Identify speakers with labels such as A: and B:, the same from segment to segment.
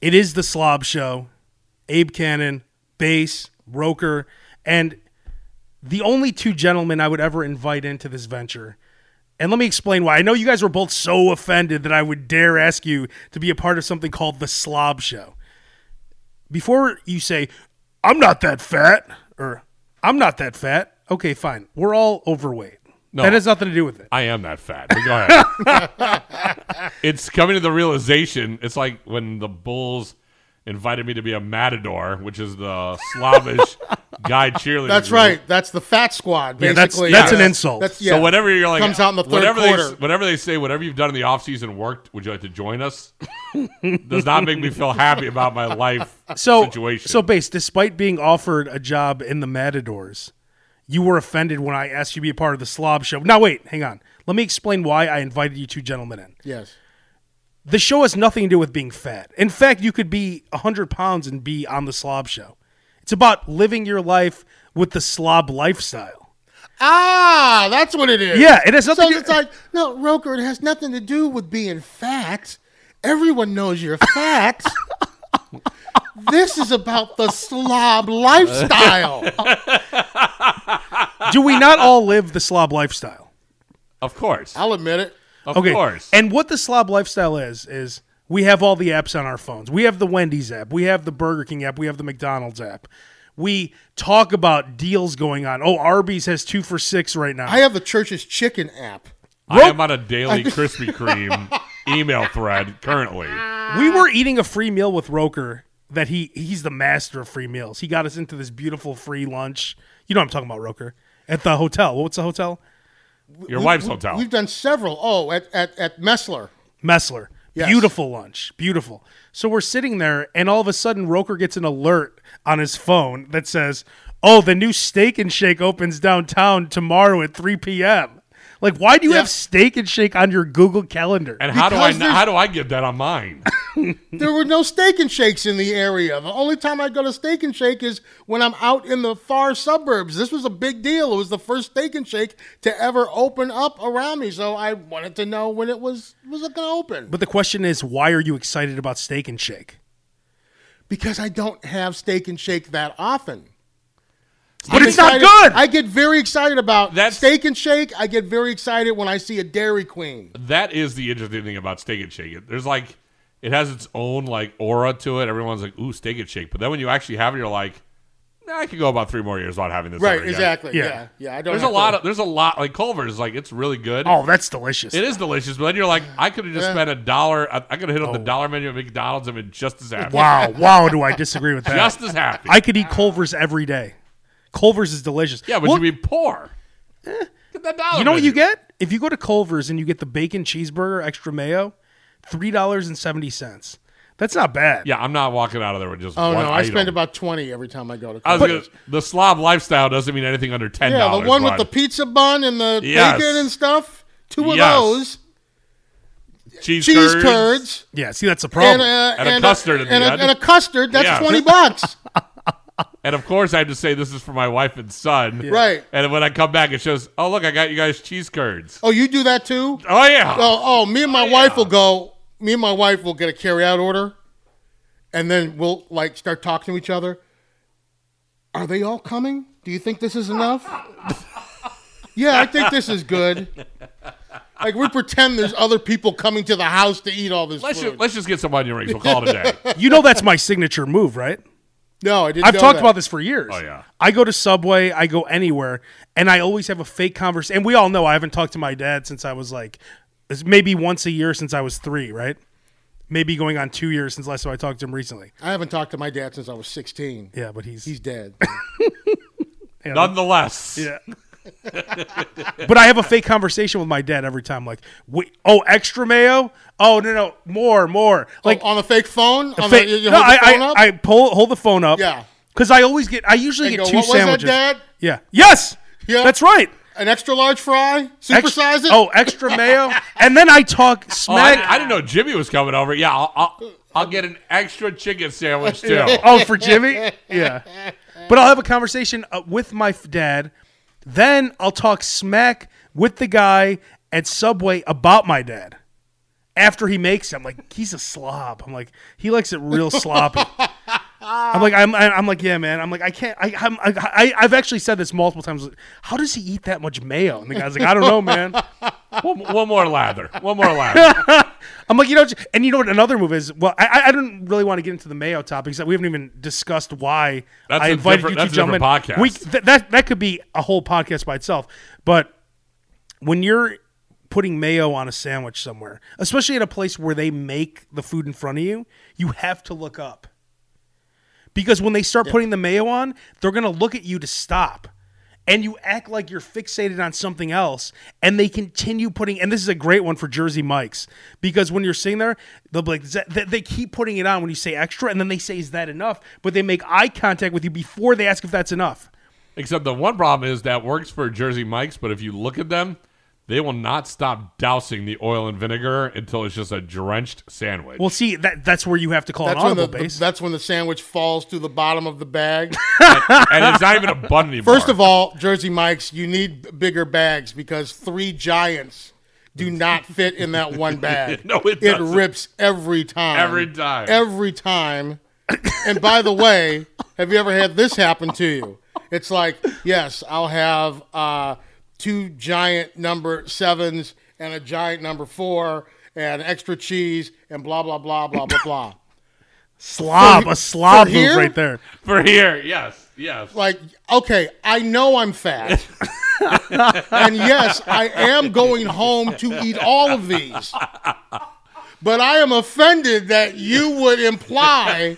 A: It is the slob show. Abe Cannon, Bass, Roker, and the only two gentlemen I would ever invite into this venture. And let me explain why. I know you guys were both so offended that I would dare ask you to be a part of something called the slob show. Before you say, I'm not that fat, or I'm not that fat, okay, fine. We're all overweight.
B: No.
A: That has nothing to do with it.
B: I am that fat. But go ahead. it's coming to the realization. It's like when the Bulls invited me to be a matador, which is the Slavish guy cheerleader.
C: That's
B: group.
C: right. That's the fat squad.
A: Yeah, that's-
C: Basically,
A: that's an insult.
C: That's, yeah.
B: So whatever you're like
C: Comes out in the third
B: whatever They,
C: quarter.
B: s- whatever they say, whatever you've done in the off season worked. Would you like to join us? Does not make me feel happy about my life
A: so,
B: situation.
A: So, base, despite being offered a job in the Matadors, you were offended when I asked you to be a part of the Slob Show. Now, wait, hang on. Let me explain why I invited you two gentlemen in.
C: Yes.
A: The show has nothing to do with being fat. In fact, you could be 100 pounds and be on the Slob Show. It's about living your life with the slob lifestyle.
C: Ah, that's what it is.
A: Yeah, it has
C: So
A: nothing to
C: it's like, no, Roker, it has nothing to do with being fat. Everyone knows you're fat. this is about the slob lifestyle.
A: do we not all live the slob lifestyle?
B: of course,
C: I'll admit it.
B: of
A: okay.
B: course.
A: And what the slob lifestyle is is we have all the apps on our phones. We have the Wendy's app. We have the Burger King app. We have the McDonald's app. We talk about deals going on. Oh, Arby's has two for six right now.
C: I have the church's chicken app.
B: I am on a daily Krispy Kreme email thread currently.
A: we were eating a free meal with Roker. That he he's the master of free meals. He got us into this beautiful free lunch. You know what I'm talking about, Roker, at the hotel. What's the hotel?
B: Your wife's hotel.
C: We've done several. Oh, at, at, at Messler.
A: Messler.
C: Yes.
A: Beautiful lunch. Beautiful. So we're sitting there, and all of a sudden, Roker gets an alert on his phone that says, Oh, the new steak and shake opens downtown tomorrow at 3 p.m. Like, why do you
C: Yeah.
A: have steak and shake on your Google Calendar?
B: and how do I
C: because
B: kn- how do I get that on mine?
C: There were no steak and shakes in the area. The only time I go to steak and shake is when I'm out in the far suburbs. This was a big deal. It was the first steak and shake to ever open up around me, so I wanted to know when it was was it going to open.
A: but the question is, why are you excited about steak and shake?
C: Because I don't have steak and shake that often.
A: But
C: I'm
A: it's not good.
C: excited- I get very excited about
B: That's-
C: steak and shake. I get very excited when I see a Dairy Queen.
B: that is the interesting thing about Steak and Shake. It- There's like, it has its own like aura to it. Everyone's like, ooh, Steak and Shake. But then when you actually have it, you're like, nah, I could go about three more years without having this.
C: Right,
B: ever again."
C: exactly.
A: Yeah.
C: Yeah. yeah, I don't.
B: There's a
C: have
B: lot
C: to-
B: of there's a lot like Culver's like it's really good.
A: oh, that's delicious.
B: It is delicious, but then you're like, I could have just spent a dollar. I, I could have hit up
C: Oh.
B: the dollar menu at McDonald's and been just as happy.
A: Wow. wow, do I disagree with that?
B: Just as happy.
A: I could eat Culver's every day. Culver's is delicious.
B: yeah, but
A: Well,
B: you'd be poor. Get that dollar.
A: You know what
B: menu.
A: you get? If you go to Culver's and you get the bacon cheeseburger, extra mayo, three dollars and seventy cents. That's not bad.
B: Yeah, I'm not walking out of there with just.
C: Oh
B: one
C: no, I
B: item.
C: spend about twenty every time I go to.
B: I was
C: Culver's.
B: gonna, the slob lifestyle doesn't mean anything under ten
C: Yeah,
B: dollars.
C: the one with the pizza bun and the
B: Yes.
C: bacon and stuff. Two of
B: Yes.
C: those
B: cheese,
C: cheese curds
A: Yeah, see that's a problem.
C: and, uh,
B: Oh, And a custard in
C: and,
B: the
C: a,
B: end.
C: and a custard. That's
B: Yeah.
C: twenty bucks.
B: And of course, I have to say this is for my wife and son.
C: Right.
B: And when I come back, it shows. Oh, look, I got you guys cheese curds.
C: Oh, you do that too?
B: Oh yeah.
C: Oh, oh, me and my wife will go. Me and my wife will get a carryout order, and then we'll like start talking to each other. Are they all coming? Do you think this is enough? yeah, I think this is good. Like we pretend there's other people coming to the house to eat all this
B: let's
C: food.
B: just, let's just get some onion rings. We'll call it a day.
A: you know that's my signature move, right?
C: no, I didn't.
A: I've
C: know
A: talked
C: that.
A: about this for years.
B: Oh, yeah.
A: I go to Subway, I go anywhere, and I always have a fake conversation. And we all know I haven't talked to my dad since I was like it's maybe once a year since I was three, right? Maybe going on two years since last time I talked to him recently.
C: I haven't talked to my dad since I was 16.
A: Yeah, but he's,
C: He's dead.
B: Nonetheless.
A: yeah. but I have a fake conversation with my dad every time, like, wait, oh, extra mayo? Oh no, no, more, more. Like
C: Like on the fake phone? on
A: Fa-
C: the, you- you
A: no,
C: hold the
A: I,
C: phone
A: I,
C: up?
A: I pull hold the phone up.
C: Yeah.
A: Because I always get, I usually
C: And
A: get
C: go,
A: two
C: "What was that,
A: sandwiches.
C: Dad?"
A: Yeah. Yes.
C: Yeah.
A: That's right.
C: An extra large fry?
A: Ex-
C: Supersize it?
A: Oh, extra mayo, and then I talk
B: Oh, I,
A: smack.
B: I didn't know Jimmy was coming over. Yeah, I'll, I'll, I'll get an extra chicken sandwich too.
A: oh, for Jimmy. Yeah. But I'll have a conversation uh, with my f- dad. Then I'll talk smack with the guy at Subway about my dad. after he makes it. I'm like, he's a slob. I'm like, he likes it real sloppy. I'm like, I'm, I'm like, yeah, man. I'm like, I can't. I, I'm, I, I've actually said this multiple times. How does he eat that much mayo? And the guy's like, I don't know, man.
B: One, one more lather. One more lather.
A: I'm like, you know, and you know what? Another move is well, I- I, I don't really want to get into the Mayo topic because we haven't even discussed why
B: That's
A: I
B: a
A: invited you
B: different-
A: two
B: that's a
A: gentlemen.
B: different podcast.
A: We th- that that could be a whole podcast by itself. But when you're putting mayo on a sandwich somewhere, especially at a place where they make the food in front of you, you have to look up because when they start putting the mayo on, they're gonna look at you to stop. And you act like you're fixated on something else, and they continue putting. And this is a great one for Jersey Mike's because when you're sitting there, they'll be like, "Is that-" they they keep putting it on when you say extra, and then they say, "Is that enough?" But they make eye contact with you before they ask if that's enough.
B: Except the one problem is that works for Jersey Mike's, but if you look at them, they will not stop dousing the oil and vinegar until it's just a drenched sandwich.
A: Well, see that that's where you have to call
C: That's
A: an
C: when the,
A: audible base.
C: that's when the sandwich falls to the bottom of the bag.
B: and it's not even a bun anymore.
C: First of all, Jersey Mike's, you need b- bigger bags because three giants do not fit in that one bag.
B: No, it
C: it
B: doesn't.
C: rips every time.
B: Every time.
C: Every time. and by the way, have you ever had this happen to you? It's like, yes, I'll have uh, two giant number sevens and a giant number four and extra cheese and blah blah blah blah blah blah.
A: slob, a slob
C: for
A: move
C: here?
A: right there.
B: for here, yes, yes.
C: like okay i know i'm fat and yes i am going home to eat all of these but i am offended that you would imply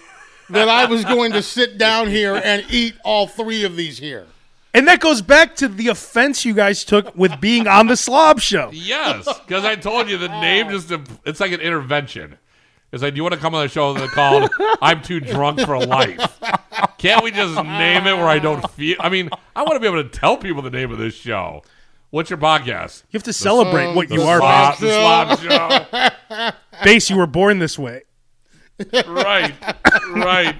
C: that i was going to sit down here and eat all three of these here
A: And that goes back to the offense you guys took with being on the slob show.
B: Yes, because I told you the name just it's like an intervention. It's like, do you want to come on the show that's called "I'm Too Drunk for Life"? Can't we just name it where I don't feel? I mean, I want to be able to tell people the name of this show. What's your podcast?
A: You have to celebrate what
B: The
A: you are.
B: Slob,
A: Base.
B: the Slob Show.
A: Base, you were born this way.
B: right, right.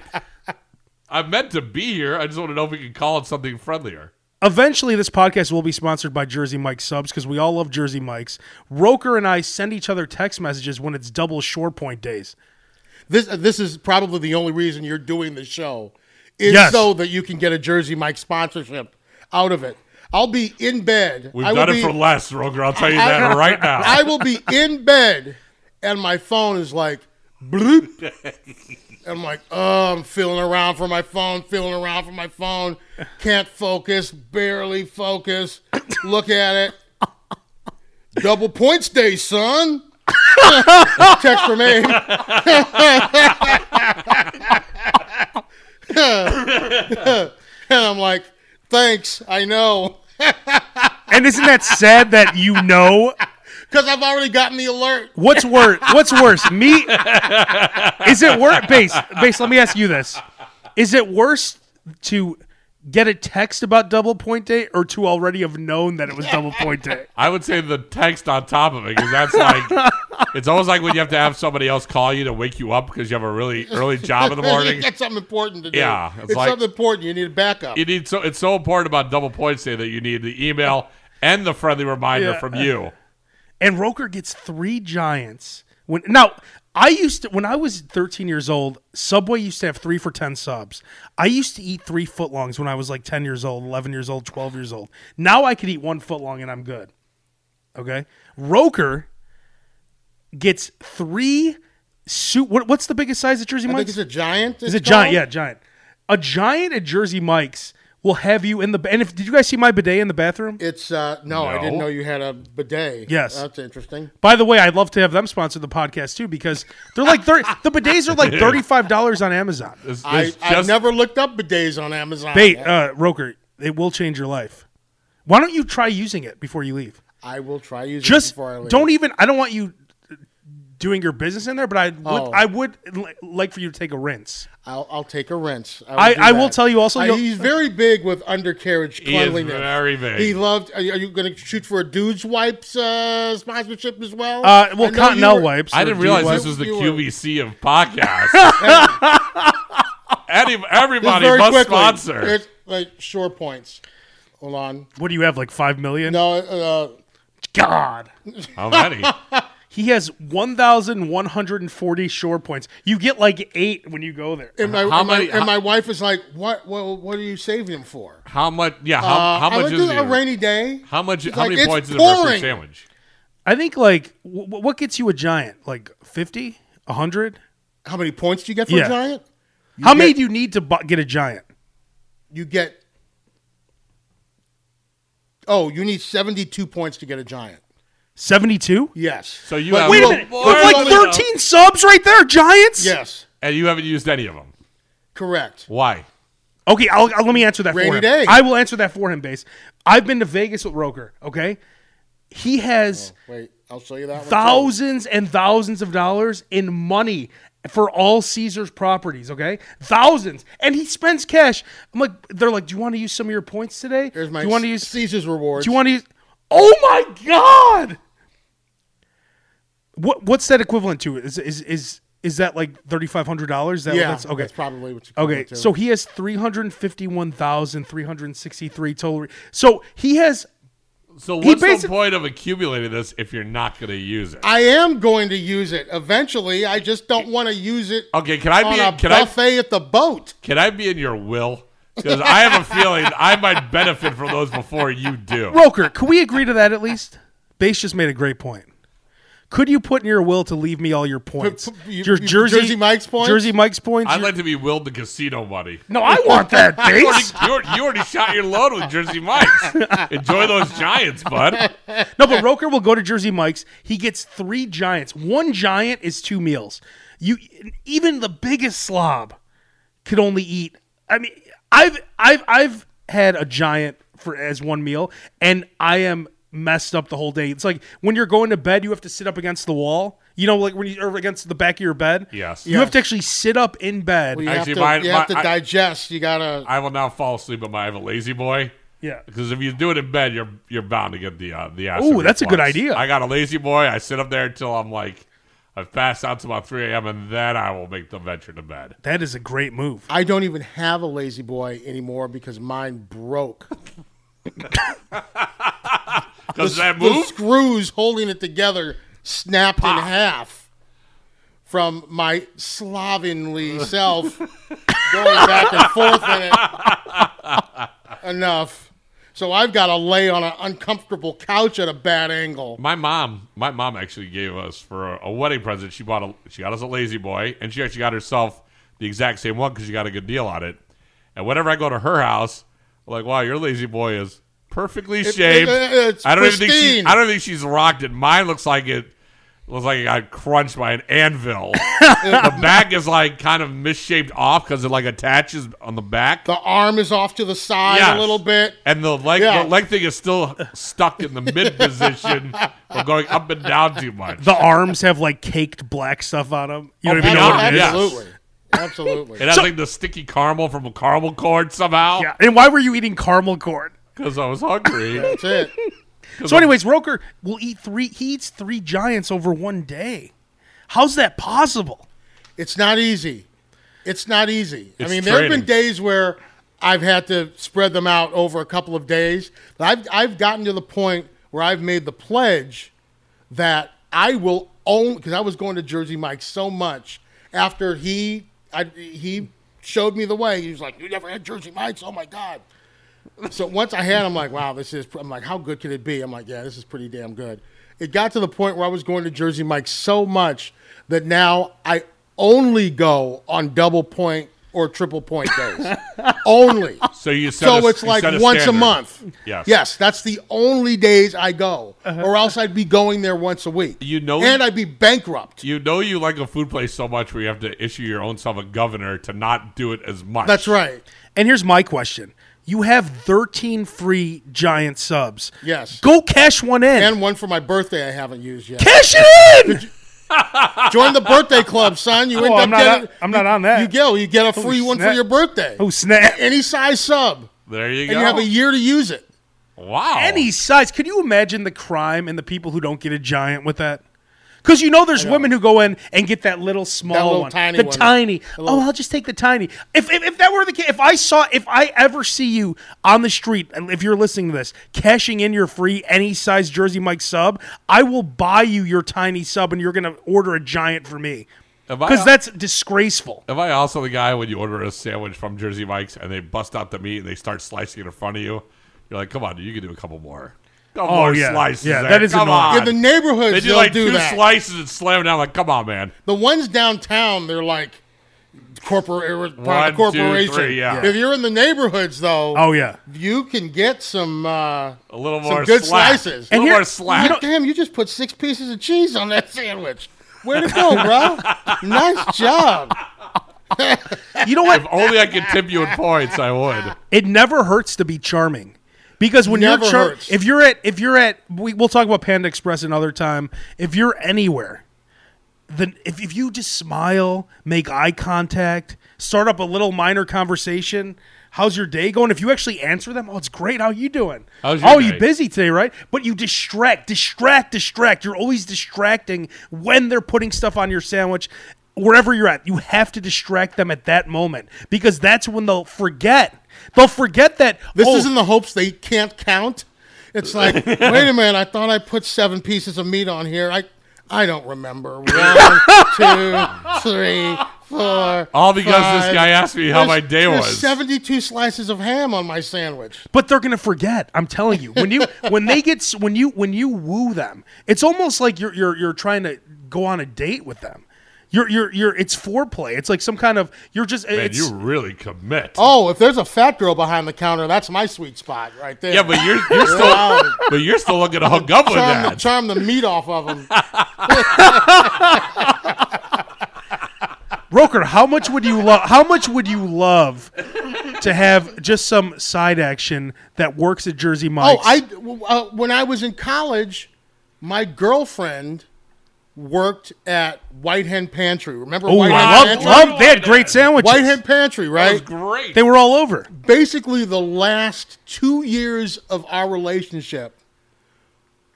B: I meant to be here. I just want to know if we can call it something friendlier.
A: Eventually, this podcast will be sponsored by Jersey Mike's subs because we all love Jersey Mike's. Roker and I send each other text messages when it's double shore point days.
C: this uh, this is probably the only reason you're doing the show is
A: Yes.
C: so that you can get a jersey mike sponsorship out of it i'll be in bed
B: We've
C: I will
B: done it
C: be-
B: for less, Roger. I'll tell you
C: I-
B: that right now.
C: I will be in bed and my phone is like bloop. And I'm like, oh, I'm feeling around for my phone, feeling around for my phone. Can't focus, barely focus. Look at it. Double points day, son. Text from Abe. and I'm like, thanks, I know.
A: And isn't that sad that you know?
C: Because I've already gotten the alert.
A: What's worse? What's worse? Me? Is it worse? Base, base. Let me ask you this: Is it worse to get a text about double point day or to already have known that it was double point day?
B: I would say the text on top of it because that's like it's almost like when you have to have somebody else call you to wake you up because you have a really early job in the
C: You
B: morning.
C: got something important to do.
B: Yeah,
C: It's,
B: it's like-
C: something important. You need a backup.
B: You need so it's so important about double points day that you need the email and the friendly reminder
A: Yeah.
B: from you.
A: and Roker gets three giants. When now I used to when I was 13 years old, Subway used to have three for 10 subs. I used to eat three footlongs when I was like 10 years old, 11 years old, 12 years old. Now I could eat one footlong and I'm good. Okay, Roker gets three. Su- what, what's the biggest size at Jersey
C: I think
A: Mike's?
C: it's a giant.
A: Is it giant? Yeah, giant. A giant at Jersey Mike's will have you in the. And if did you guys see my bidet in the bathroom?
C: It's uh, no, I didn't
B: No.
C: know you had a bidet.
A: Yes.
C: that's interesting.
A: By the way, I'd love to have them sponsor the podcast too because they're like 30, the bidets are like thirty five dollars on Amazon.
B: It's,
C: I,
B: it's
C: I've
B: just-
C: never looked up bidets on Amazon.
A: Bait, uh, Roker, it will change your life. Why don't you try using it before you leave?
C: I will try using it
A: Just
C: before I leave.
A: don't even. I don't want you uh, doing your business in there, but I would.
C: Oh.
A: I would li- like for you to take a rinse.
C: I'll, I'll take a rinse.
A: e- I-
C: do
A: I will
C: that.
A: tell you also,
C: I-
A: you'll-
C: he's very big with undercarriage
B: is
C: cleanliness.
B: very big.
C: He loved. Are you, going to shoot for a dude's wipes uh, sponsorship as well?
A: Uh,
C: I know
A: well,
C: you
A: Continental
C: were-
A: wipes.
B: I
A: or
B: didn't
A: do
B: realize
A: you-
B: this
C: were-
B: was the
C: you were-
B: QVC of podcasts. Any,
C: Just
B: everybody
C: very
B: must
C: quickly.
B: sponsor.
C: It's like shore points. Hold on. uh,
A: What do you have? Like five million?
C: No, uh,
A: God,
B: How many?
A: He has 1,140 shore points. You get like eight when you go there.
C: And my,
B: How
C: and my,
B: many-
C: and
B: how-
C: my wife is like, what? Well, what are you saving him for?
B: How much? Yeah. How,
C: Uh,
B: how
C: I
B: much
C: went
B: is
C: to a
B: it?
C: rainy day?
B: How much?
C: He's
B: How
C: like,
B: many
C: "It's
B: points is a birthday
C: pouring."
B: sandwich?
A: I think like w- what gets you a giant? Like 50, 100?
C: How many points do you get for
A: Yeah.
C: a giant?
A: How many
C: get-
A: do you need to bu- get a giant?
C: You get. Oh, you need seventy-two points to get a giant.
A: 72?
C: Yes.
B: So you
C: But
B: have-
C: we
A: Wait a
C: will-
A: minute.
B: boy,
C: but we
A: With like
C: will-
B: let me know.
A: 13 subs right there, giants?
C: Yes,
B: And you haven't used any of them.
C: correct.
B: Why?
A: Okay, I'll, I'll let me answer that for
C: Rainy
A: him.
C: day.
A: I will answer that for him, base. I've been to Vegas with Roker, okay? He has
C: Wait, I'll show you that. one. too.
A: thousands and thousands of dollars in money for all Caesar's properties, okay? Thousands. And he spends cash. I'm like they're like, "Do you want to use some of your points today?
C: There's my
A: Do you want to
C: C-
A: use
C: Caesar's reward.
A: Do you want to use Oh my god! What what's that equivalent to? Is is is is that like $3500? Is That
C: Yeah,
A: that's okay.
C: That's probably what you.
A: Okay, so he has 351,363 total. re- So he has
B: So what's the
A: basi-
B: point of accumulating this if you're not going to use it?
C: I am going to use it eventually. I just don't want to use it
B: Okay, can I
C: on
B: be?
C: a
B: Can I?
C: buffet at the boat.
B: Can I be in your will? Because I have a feeling I might benefit from those before you do.
A: Roker. Can we agree to that at least? Base just made a great point. Could you put in your will to leave me all your points?
C: p- you-
A: your
C: you-
A: Jersey,
C: Jersey Mike's points?
A: Jersey Mike's points.
B: I'd
A: your-
B: like to be willed the casino money.
A: no, I want that
B: You already,
A: base.
B: you already- you already shot your load with Jersey Mike's. Enjoy those Giants, bud.
A: no, but Roker will go to Jersey Mike's. He gets three giants. One giant is two meals. You even the biggest slob could only eat. I mean, I've I've I've had a giant for as one meal, and I am messed up the whole day. It's like when you're going to bed, you have to sit up against the wall. You know, like when you or against the back of your bed.
B: Yes.
A: You have to actually sit up in bed.
C: You
B: Actually,
C: have to,
B: mine-
C: you have
B: my-
C: to
B: I-
C: digest. You gotta.
B: I will now fall asleep in my I have a lazy boy.
A: yeah.
B: Because if you do it in bed, you're you're bound to get the uh, the acid.
A: Ooh, that's a good
B: reflux.
A: idea.
B: I got a lazy boy. I sit up there until I'm like, I've passed out to about 3 a.m. and then I will make the venture to bed.
A: That is a great move.
C: I don't even have a lazy boy anymore because mine broke.
B: Does that
C: the
B: move?
C: screws holding it together snapped in half from my slovenly self going back and forth in it enough. So I've got to lay on an uncomfortable couch at a bad angle.
B: My mom, my mom actually gave us for a wedding present. She bought a, she got us a lazy boy, and she actually got herself the exact same one because she got a good deal on it. And whenever I go to her house, I'm like, wow, your lazy boy is perfectly shaped.
C: it- it's
B: I don't even think she,
C: pristine.
B: I don't think she's rocked it. Mine looks like it looks like it got crunched by an anvil. the back is like kind of misshaped off because it like attaches on the back.
C: The arm is off to the side
B: Yes.
C: a little bit.
B: And the leg,
C: Yeah.
B: the leg thing is still stuck in the mid position from going up and down too much.
A: The arms have like caked black stuff on them. You
B: Oh,
A: don't even
B: my
A: know what
B: God,
A: it is.
B: yeah.
C: Absolutely. Absolutely.
B: It has like the sticky caramel from a caramel corn somehow.
A: Yeah. And why were you eating caramel corn?
B: Because I was hungry.
C: That's it.
A: So, anyways, Roker will eat three. He eats three giants over one day. How's that possible?
C: It's not easy. It's not easy.
B: It's
C: I mean, there have
B: training.
C: been days where I've had to spread them out over a couple of days. But I've I've gotten to the point where I've made the pledge that I will own because I was going to Jersey Mike so much after he I, he showed me the way. He was like, "You never had Jersey Mike's? Oh my god!" So once I had, I'm like, wow, this is. I'm like, how good could it be? I'm like, yeah, this is pretty damn good. It got to the point where I was going to Jersey Mike's so much that now I only go on double point or triple point days. only.
B: So you set
C: So
B: a-
C: it's
B: you
C: like
B: set a
C: once a
B: standard.
C: month.
B: Yes. Uh-huh.
C: Yes, that's the only days I go, or else I'd be going there once a week.
B: You know-
C: and I'd be bankrupt.
B: You know you like a food place so much where you have to issue your own self a governor to not do it as much.
C: That's right.
A: And here's my question: You have 13 free giant subs.
C: Yes.
A: Go cash one in.
C: And one for my birthday I haven't used yet.
A: cash it in.
C: Join the birthday club, son. You end
A: Oh,
C: up
A: I'm not
C: getting.
A: on- I'm not on that.
C: You go. You get a free one for
A: snap.
C: your birthday.
A: Oh snap!
C: any size sub,
B: There you
C: and
B: go.
C: you have a year to use it.
B: wow.
A: Any size. Could you imagine the crime and the people who don't get a giant with that? Because you know there's women who go in and get that little small
C: little
A: one,
C: tiny
A: the
C: one.
A: tiny. oh, I'll just take the tiny. If, if if that were the case, if I saw, if I ever see you on the street, and if you're listening to this, cashing in your free any size Jersey Mike sub, I will buy you your tiny sub, and you're gonna order a giant for me.
B: If I-
A: Because that's disgraceful.
B: Am I also the guy when you order a sandwich from Jersey Mike's and they bust out the meat and they start slicing it in front of you? You're like, come on, dude, you can do a couple more. Couple
A: Oh,
B: more
A: yeah.
B: slices.
A: Yeah,
B: there.
A: that is
B: come
A: annoying.
B: on.
C: Yeah, the neighborhoods
B: they do
C: they'll
B: like
C: do
B: two
C: that.
B: slices and slam it down. Like, come on, man.
C: The ones downtown, they're like corporate or part of the
B: One, two,
C: corporation.
B: three, yeah.
C: If you're in the neighborhoods, though,
A: Oh yeah.
C: you can get some uh,
B: A little
C: Some
B: more
C: good
B: slack.
C: slices.
B: A little
A: And here-
B: more slack.
A: you
C: God damn, you just put six pieces of cheese on that sandwich. Way to go, bro! nice job.
A: You know what?
B: if only I could tip you in points, I would.
A: it never hurts to be charming because when
C: Never
A: you're char-
C: hurts.
A: if you're at if you're at we, we'll talk about panda express another time if you're anywhere then if, if you just smile make eye contact start up a little minor conversation how's your day going if you actually answer them oh it's great how you doing
B: How's your
A: oh
B: day?"
A: you busy today right but you distract distract distract you're always distracting when they're putting stuff on your sandwich wherever you're at you have to distract them at that moment because that's when they'll forget they'll forget that
C: This
A: oh,
C: is in the hopes they can't count. It's like, wait a minute, I thought I put seven pieces of meat on here. I I don't remember. One, two, three, four.
B: All because this
C: five.
B: guy asked me how
C: There's-
B: my day
C: there's
B: was.
C: 72 slices of ham on my sandwich.
A: but they're gonna forget. I'm telling you, when you when they get s- when you when you woo them, it's almost like you're you're you're trying to go on a date with them. You're you're you're it's foreplay. It's like some kind of you're just
B: And
A: it's
B: you really commit.
C: Oh, if there's a fat girl behind the counter, that's my sweet spot right there.
B: Yeah, but you're, you're still
C: Wow.
B: but you're still looking to hook up with
C: charm, the,
B: that.
C: charm the meat off of them.
A: Roker. How much would you love? How much would you love to have just some side action that works at Jersey
C: Oh,
A: Mike's?
C: I w- uh, when I was in college, my girlfriend worked at White Hen Pantry. Remember
A: Ooh,
C: White Hen
B: wow.
A: I love
C: Pantry?
A: love. They had great sandwiches.
C: White Hen Pantry,
B: That
C: right?
B: was great.
A: They were all over.
C: Basically, the last two years of our relationship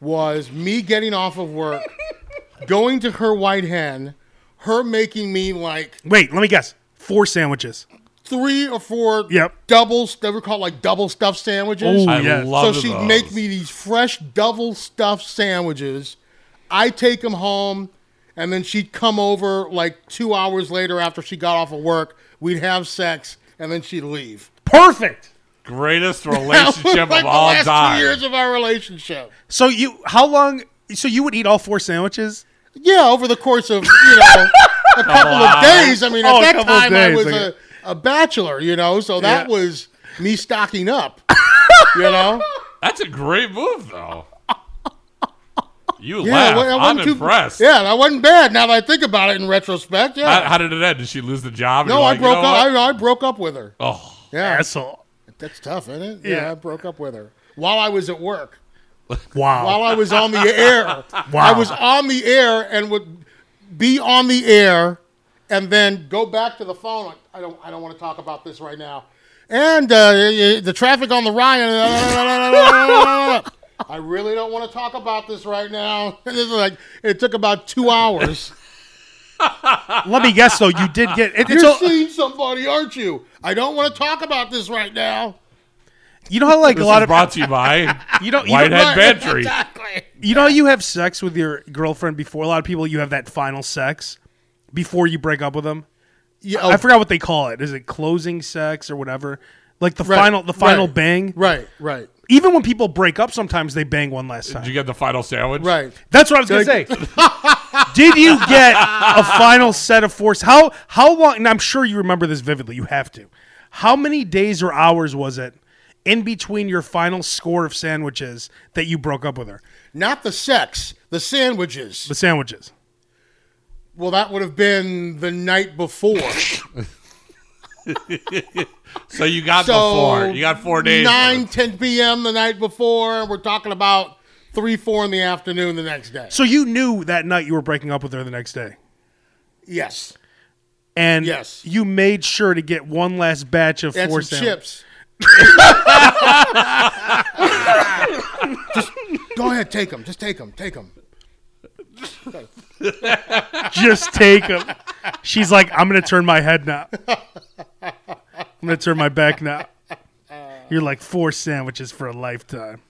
C: was me getting off of work, going to her White Hen, her making me like
A: Wait, let me guess. Four sandwiches.
C: three or four
A: Yep.
C: doubles. They were called like double stuffed sandwiches.
A: Ooh,
B: I
A: yes.
B: love
C: so she'd
B: those.
C: make me these fresh double stuffed sandwiches. I take them home, and then she'd come over like two hours later after she got off of work. We'd have sex, and then she'd leave.
A: Perfect.
B: greatest
C: That was,
B: relationship
C: like,
B: of all
C: the last
B: time.
C: two years of our relationship.
A: So you how long? So you would eat all four sandwiches?
C: Yeah, over the course of you know a couple of days. I mean, at
A: Oh, a
C: that
A: couple of
C: time I
A: days,
C: was
A: okay.
C: a, a bachelor, you know, so that
A: Yeah.
C: was me stocking up. you know,
B: That's a great move, though. You
C: I
B: laugh.
C: wa- I
B: I'm
C: wasn't too-
B: impressed.
C: Yeah, that wasn't bad. Now that I think about it in retrospect, yeah.
B: How, how did it end? Did she lose the job?
C: no, I broke up. I, I broke up with her.
B: I, oh,
C: Yeah,
A: Asshole.
C: that's tough, isn't it? Yeah.
A: Yeah.
C: I broke up with her while I was at work.
A: Wow.
C: While I was on the air, I was on the air and would be on the air, and then go back to the phone. Like, I don't. I don't want to talk about this right now. And uh, y- y- the traffic on the Ryan. uh, I really don't want to talk about this right now. This is like it took about two hours.
A: Let me guess though, you did get it, it's
C: You're
A: all-
C: seeing somebody, aren't you? I don't want to talk about this right now.
A: you know how like
B: this
A: a lot
B: is
A: of
B: brought to you by
A: you know you know,
B: Whitehead Pantry.
A: you know how you have sex with your girlfriend before a lot of people you have that final sex before you break up with them.
C: Yeah,
A: I forgot what they call it. Is it closing sex or whatever? Like the
C: Right,
A: final the final
C: right,
A: bang.
C: Right, right,
A: Even when people break up sometimes they bang one last
B: Did you
A: time.
B: get the final sandwich?
C: right.
A: That's what I was going to say. Did you get a final set of force? How how long and I'm sure you remember this vividly. You have to. How many days or hours was it in between your final score of sandwiches that you broke up with her?
C: Not the sex, the sandwiches.
A: The sandwiches.
C: Well, that would have been the night before.
B: So you got
C: so
B: the four. You got four days.
C: Nine, 10 p.m. the night before, and we're talking about three, four in the afternoon the next day.
A: So you knew that night you were breaking up with her the next day.
C: Yes,
A: And
C: Yes.
A: you made sure to get one last batch of
C: and
A: four
C: some
A: sandwiches.
C: chips. Just go ahead, take them. Just take them. Take them.
A: Just take him. She's like, I'm gonna turn my head now. I'm gonna turn my back now. You're like four sandwiches for a lifetime.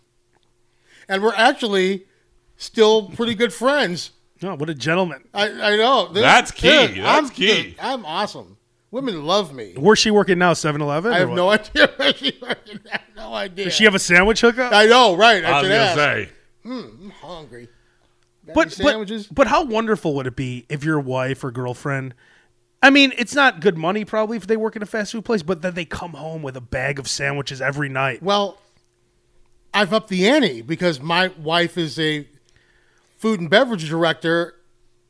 C: and we're actually still pretty good friends.
A: No, what a gentleman.
C: I, I know. This-
B: That's key.
C: dude,
B: That's
C: I'm,
B: key.
C: dude, I'm awesome. Women love me.
A: Where's she working now? 7 Eleven?
C: I have no idea. where she working. I have no idea.
A: Does she have a sandwich hookup?
C: I know, right? I,
B: I was
C: should
B: gonna
C: ask.
B: say.
C: I'm hungry. Got
A: but,
C: any
A: but
C: sandwiches.
A: but how wonderful would it be if your wife or girlfriend I mean, it's not good money probably if they work in a fast food place, but then they come home with a bag of sandwiches every night.
C: well, I've upped the ante because my wife is a food and beverage director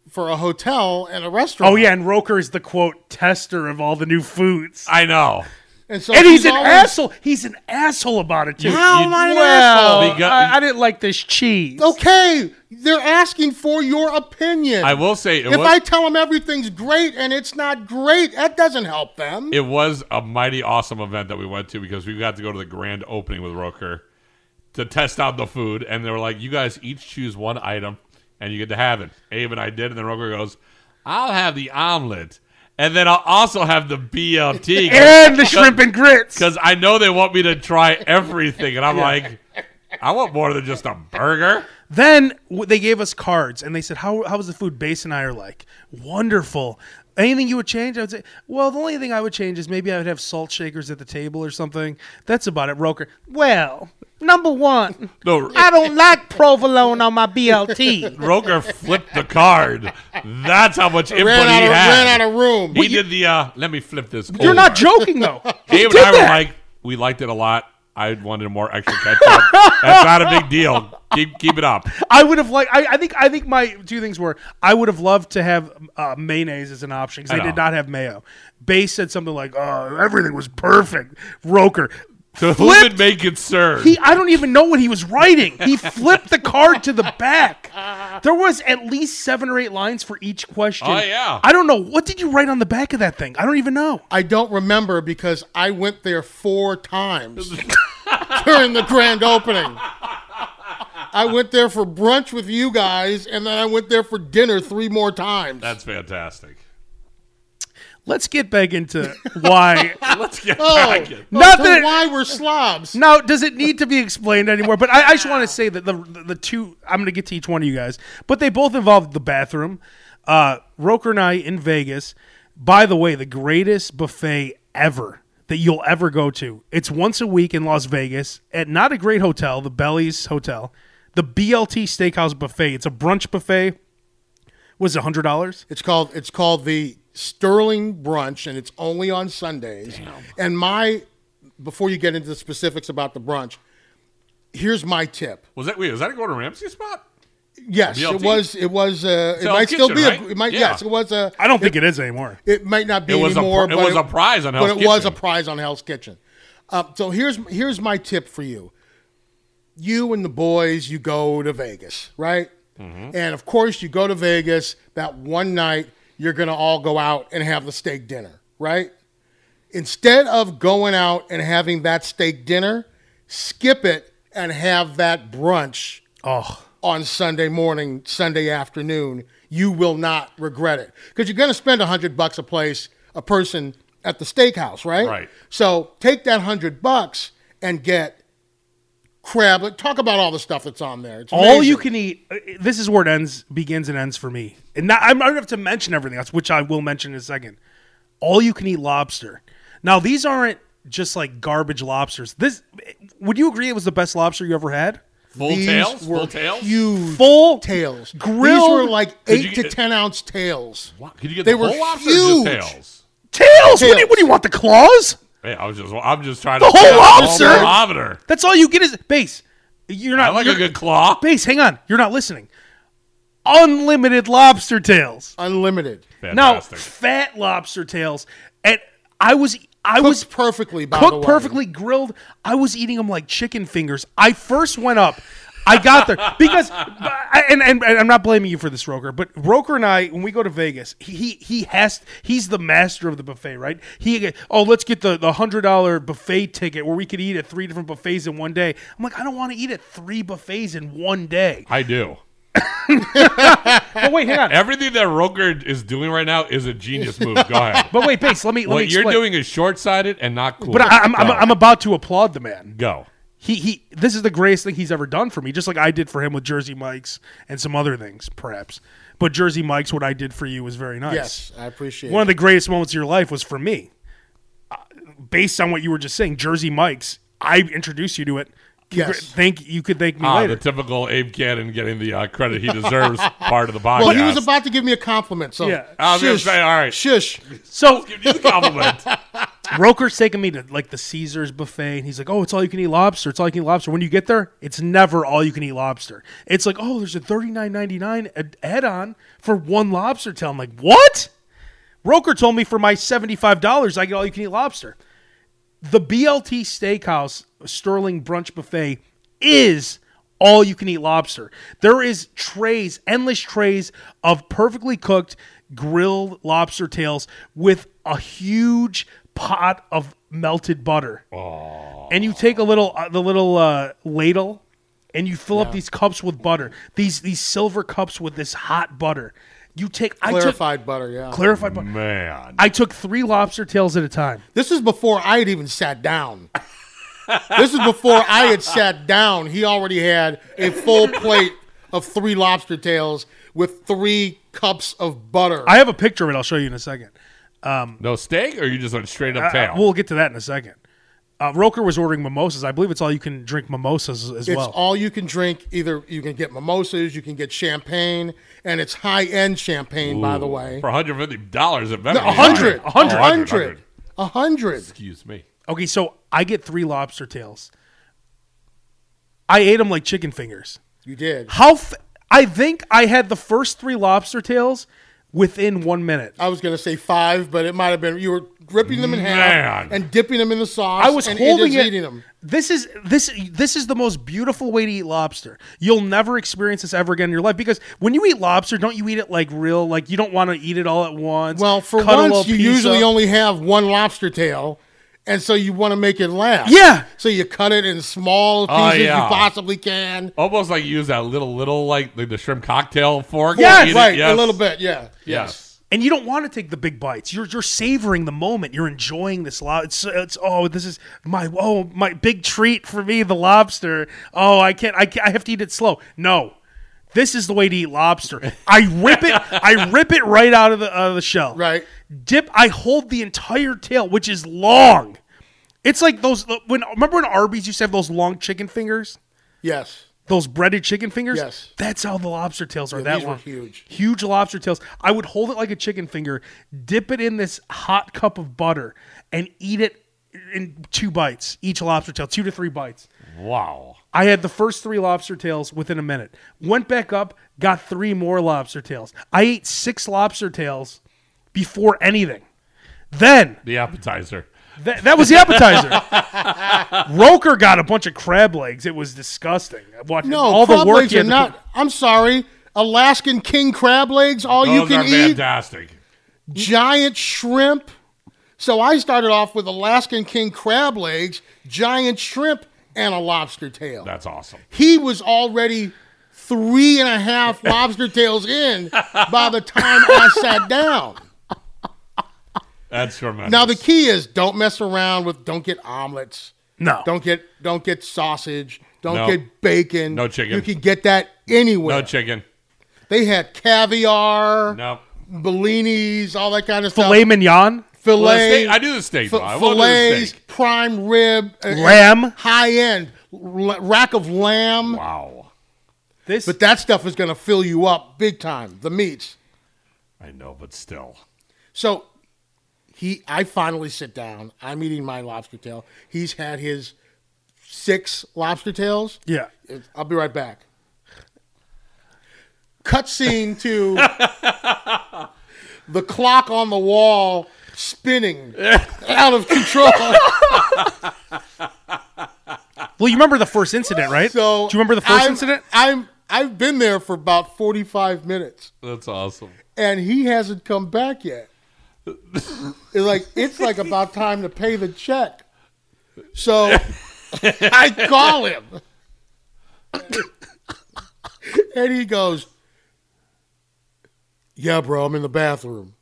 C: for a hotel and a restaurant.
A: Oh yeah, and Roker is the quote tester of all the new foods.
B: I know.
C: and so
A: and he's, an
C: always-
A: asshole. He's an asshole about it too.
B: How you- am I an
A: well,
B: asshole? Because-
A: I, I didn't like this cheese.
C: Okay, they're asking for your opinion.
B: I will say it
C: if
B: was
C: I tell them everything's great and it's not great, that doesn't help them.
B: it was a mighty awesome event that we went to because we got to go to the grand opening with Roker to test out the food, and they were like, "You guys each choose one item, and you get to have it." Abe and I did, and then Roker goes, "I'll have the omelet, and then I'll also have the BLT." 'cause-
A: And the shrimp and grits.
B: because I know they want me to try everything, and I'm like, I want more than just a burger.
A: Then w- they gave us cards and they said, "How how was the food?" Base and I are like, "Wonderful." Anything you would change? I would say, "Well, the only thing I would change is maybe I would have salt shakers at the table or something." That's about it, Roker. Well, number one,
B: No,
A: I don't like provolone on my BLT.
B: Roker flipped the card. That's how much input
C: ran, out
B: he
C: of,
B: had.
C: ran out of room.
B: he did the. Uh, let me flip this.
A: You're not joking though. He
B: Dave and
A: did
B: I were
A: that.
B: like, we liked it a lot. I wanted more extra ketchup. That's not a big deal. Keep keep it up.
A: I would have liked. I, I think. I think my two things were. I would have loved to have uh, mayonnaise as an option because
B: I
A: they did
B: know.
A: not have mayo. Base said something like, "Oh, everything was perfect." Roker.
B: So who
A: Flipped.
B: would make it serve?
A: He. I don't even know what he was writing. He flipped the card to the back. There was at least seven or eight lines for each question.
B: Oh, yeah.
A: I don't know what did you write on the back of that thing. I don't even know.
C: I don't remember because I went there four times during the grand opening. I went there for brunch with you guys, and then I went there for dinner three more times.
B: That's fantastic.
A: Let's get back into why.
B: Let's get
C: oh,
B: back. in.
C: oh,
A: Nothing-
C: so why we're slobs.
A: Now, does it need to be explained anymore? But I, I just want to say that the, the two I'm going to get to each one of you guys, but they both involved the bathroom. Uh, Roker and I in Vegas. By the way, the greatest buffet ever that you'll ever go to. It's once a week in Las Vegas at not a great hotel, the Belly's Hotel, the BLT Steakhouse Buffet. It's a brunch buffet. Was it hundred dollars?
C: It's called it's called the Sterling Brunch, and it's only on Sundays. And my before you get into the specifics about the brunch, here's my tip.
B: Was that wait? Was that a Gordon Ramsay spot?
C: Yes, it
B: BLT?
C: was it was uh, it
B: Hell's
C: might still
B: Kitchen,
C: be a,
B: right?
C: it might
B: Yeah.
C: yes it was a
A: I don't think it is anymore.
C: It might not be
B: It was a
C: anymore.
B: pri- it
C: but
B: was a prize on
C: but
B: Hell's
C: it was a
B: Kitchen.
C: prize on Hell's Kitchen. Uh, so here's here's my tip for you. You and the boys, you go to Vegas, right?
B: Mm-hmm.
C: And of course, you go to Vegas. That one night, you're gonna all go out and have the steak dinner, right? Instead of going out and having that steak dinner, skip it and have that brunch
A: Oh,
C: on Sunday morning, Sunday afternoon, you will not regret it because you're going to spend a hundred bucks a place, a person at the steakhouse, right?
B: Right.
C: So take that hundred bucks and get crab. Like, Talk about all the stuff that's on there. It's
A: all
C: amazing.
A: you can eat. uh, This is where it ends, begins and ends for me. And not, I'm, I don't have to mention everything else, which I will mention in a second. All you can eat lobster. Now these aren't just like garbage lobsters. This would you agree it was the best lobster you ever had?
B: Full
C: These
B: tails.
C: were
B: Full tails.
C: huge
A: Full
C: tails. These
A: grilled
C: were like
B: Did you
C: eight
B: get-
C: to ten ounce tails.
B: Wow, Could you get
C: They
B: the
C: were
B: whole lobster or just
C: huge.
B: tails?
A: tails. What do, you,
C: Tails.
A: what do you want? The claws?
B: Hey, I was just I'm just trying
A: The
B: to
A: whole lobster?
B: Thermometer.
A: That's all you get is base. You're
B: I
A: not
B: like a
A: you're-
B: good claw.
A: base. Hang on, you're not listening. Unlimited lobster tails.
C: Unlimited.
A: Now,
B: Fantastic.
A: fat lobster tails. And I was I was
C: Cooked perfectly, by the
A: cooked
C: way.
A: perfectly grilled. I was eating them like chicken fingers. I first went up. I got there because, and, and, and I'm not blaming you for this, Roker, but Roker and I, when we go to Vegas, he he, he has he's the master of the buffet, right? He oh, let's get the the hundred dollar buffet ticket where we could eat at three different buffets in one day. I'm like, I don't want to eat at three buffets in one day.
B: I do.
A: But wait, hang on.
B: Everything that Roker is doing right now is a genius move. Go ahead.
A: But wait, base. Let me. Let me
B: what you're
A: explain.
B: doing is short sighted and not cool.
A: But I, I'm, I'm,
B: Go.
A: I'm about to applaud the man.
B: Go.
A: He he. This is the greatest thing he's ever done for me, just like I did for him with Jersey Mike's and some other things, perhaps. But Jersey Mike's, what I did for you was very nice.
C: Yes, I appreciate
A: One of
C: it.
A: the greatest moments of your life was for me. Uh, Based on what you were just saying, Jersey Mike's, I introduced you to it. Congr-
C: Yes.
A: Think you could thank me
B: Ah,
A: later.
B: the typical Abe Cannon getting the uh, credit he deserves part of the podcast.
C: Well, he was about to give me a compliment, so
A: Yeah.
B: I was gonna
C: shush,
B: say, all right.
C: shush.
A: so
B: Give you the compliment.
A: Roker's taking me to like the Caesars buffet, and he's like, "Oh, it's all you can eat lobster. It's all you can eat lobster." When you get there, it's never all you can eat lobster. It's like, "Oh, there's a thirty nine ninety nine add on for one lobster tail." I'm like, "What?" Roker told me for my seventy five dollars, I get all you can eat lobster. The BLT Steakhouse Sterling Brunch Buffet is all you can eat lobster. There is trays, endless trays of perfectly cooked grilled lobster tails with a huge pot of melted butter. And you take a little uh, the little uh, ladle and you fill up these cups with butter. These these silver cups with this hot butter. You take I
C: Clarified butter, yeah.
A: took clarified butter.
B: Man.
A: I took 3 lobster tails at a time.
C: This is before I had even sat down. this is before I had sat down. He already had a full plate of three lobster tails with three cups of butter.
A: I have a picture of it. I'll show you in a second.
B: No steak, or you just went straight up
A: Uh,
B: tail?
A: we'll get to that in a second. Uh, Roker was ordering mimosas. I believe it's all you can drink mimosas as
C: it's
A: well.
C: all you can drink. Either you can get mimosas, you can get champagne, and it's high end champagne, by the way.
B: For $150 if
C: A hundred, a hundred, a hundred, a hundred.
B: Excuse me.
A: okay, so I get three lobster tails. I ate them like chicken fingers.
C: You did.
A: How? F- I think I had the first three lobster tails within one minute.
C: I was gonna say five, but it might have been you were ripping them in half
B: Man.
C: and dipping them in the sauce.
A: I was
C: and
A: holding
C: just
A: it.
C: eating them.
A: This is this this is the most beautiful way to eat lobster. You'll never experience this ever again in your life because when you eat lobster, don't you eat it like real? Like you don't want to eat it all at once.
C: Well, for
A: cut a
C: once,
A: little
C: you
A: piece
C: usually
A: up.
C: only have one lobster tail, and so you want to make it last.
A: Yeah. Ah,
C: So you cut it in small pieces
B: Oh, yeah.
C: you possibly can.
B: Almost like you use that little, little, like the, the shrimp cocktail fork.
A: Yes!
B: Eat it,
C: right,
B: yes.
C: a little bit. Yeah.
B: Yes.
A: and you don't want to take the big bites. You're you're savoring the moment. You're enjoying this lot. It's it's oh this is my oh my big treat for me the lobster. Oh I can't I can't, I have to eat it slow. No, this is the way to eat lobster. I rip it I rip it right out of the out of the shell.
C: Right.
A: Dip. I hold the entire tail, which is long. It's like those when remember when Arby's used to have those long chicken fingers
C: Yes.
A: those breaded chicken fingers.
C: Yes.
A: That's how the lobster tails are. that
C: these were
A: one
C: huge.
A: huge lobster tails. I would hold it like a chicken finger, dip it in this hot cup of butter, and eat it in two bites each lobster tail, two to three bites.
B: Wow.
A: I had the first three lobster tails within a minute. Went back up, got three more lobster tails. I ate six lobster tails before anything. Then
B: The appetizer.
A: Th- that was the appetizer. Roker got a bunch of crab legs. It was disgusting. Watching
C: No,
A: all
C: crab
A: the work
C: legs
A: he
C: are
A: had to
C: not.
A: put-
C: I'm sorry. Alaskan king crab legs, all
B: Those
C: Oh, you can
B: are
C: eat.
B: fantastic.
C: Giant shrimp. So I started off with Alaskan king crab legs, giant shrimp, and a lobster tail.
B: That's awesome.
C: he was already three and a half lobster tails in by the time I sat down.
B: That's tremendous.
C: Now the key is don't mess around with don't get omelets.
A: No.
C: Don't get don't get sausage. Don't
B: No.
C: get bacon.
B: No chicken.
C: You can get that anywhere.
B: no chicken.
C: they had caviar,
B: No.
C: bellinis, all that kind of
A: filet
C: stuff.
A: mignon,
C: Filet.
B: Well, the steak- I do the steak. though. I
C: F-
B: will do the
C: fillets,
B: steak.
C: prime rib, uh,
A: lamb.
C: high end l- rack of lamb.
B: Wow.
A: This
C: But that stuff is going to fill you up big time. The meats.
B: I know, but still.
C: So he, I finally sit down. I'm eating my lobster tail. He's had his six lobster tails.
A: yeah.
C: It- I'll be right back. Cutscene to the clock on the wall spinning out of control.
A: Well, you remember the first incident, right?
C: So
A: do you remember the 1st
C: I'm-
A: incident?
C: I'm I've been there for about 45 minutes.
B: That's awesome.
C: and he hasn't come back yet. it's like it's like about time to pay the check. So I call him. And he goes, Yeah, bro, I'm in the bathroom.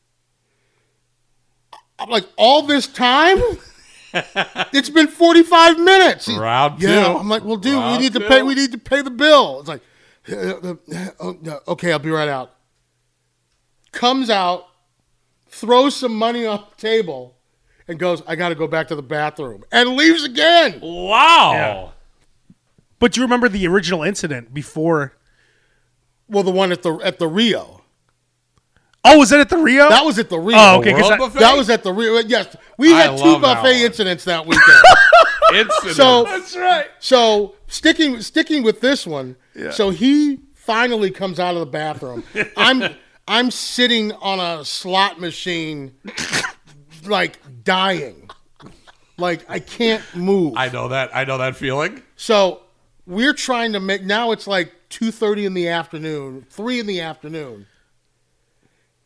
C: I'm like, All this time? it's been 45 minutes. He's-
B: Round
C: yeah.
B: two.
C: I'm like, Well, dude,
B: Round
C: we need to
B: two.
C: pay. We need to pay the bill. It's like, "Uh, uh, uh, uh, Okay, I'll be right out. Comes out, throws some money on the table, and goes, I got to go back to the bathroom, and leaves again.
B: Wow.
A: But you remember the original incident before?
C: Well, the one at the at the Rio.
A: Oh, was it at the Rio?
C: That was at the Rio.
A: Oh, okay,
B: World
A: 'cause I-
B: buffet?
C: That was at the Rio. Yes, we
B: I
C: had two
B: love that
C: buffet
B: one.
C: incidents that weekend.
B: Incident.
C: So-
B: that's right.
C: so sticking sticking with this one. So he finally comes out of the bathroom. I'm I'm sitting on a slot machine, like dying, like I can't move.
B: I know that. I know that feeling.
C: So we're trying to make now it's like two thirty in the afternoon, three in the afternoon,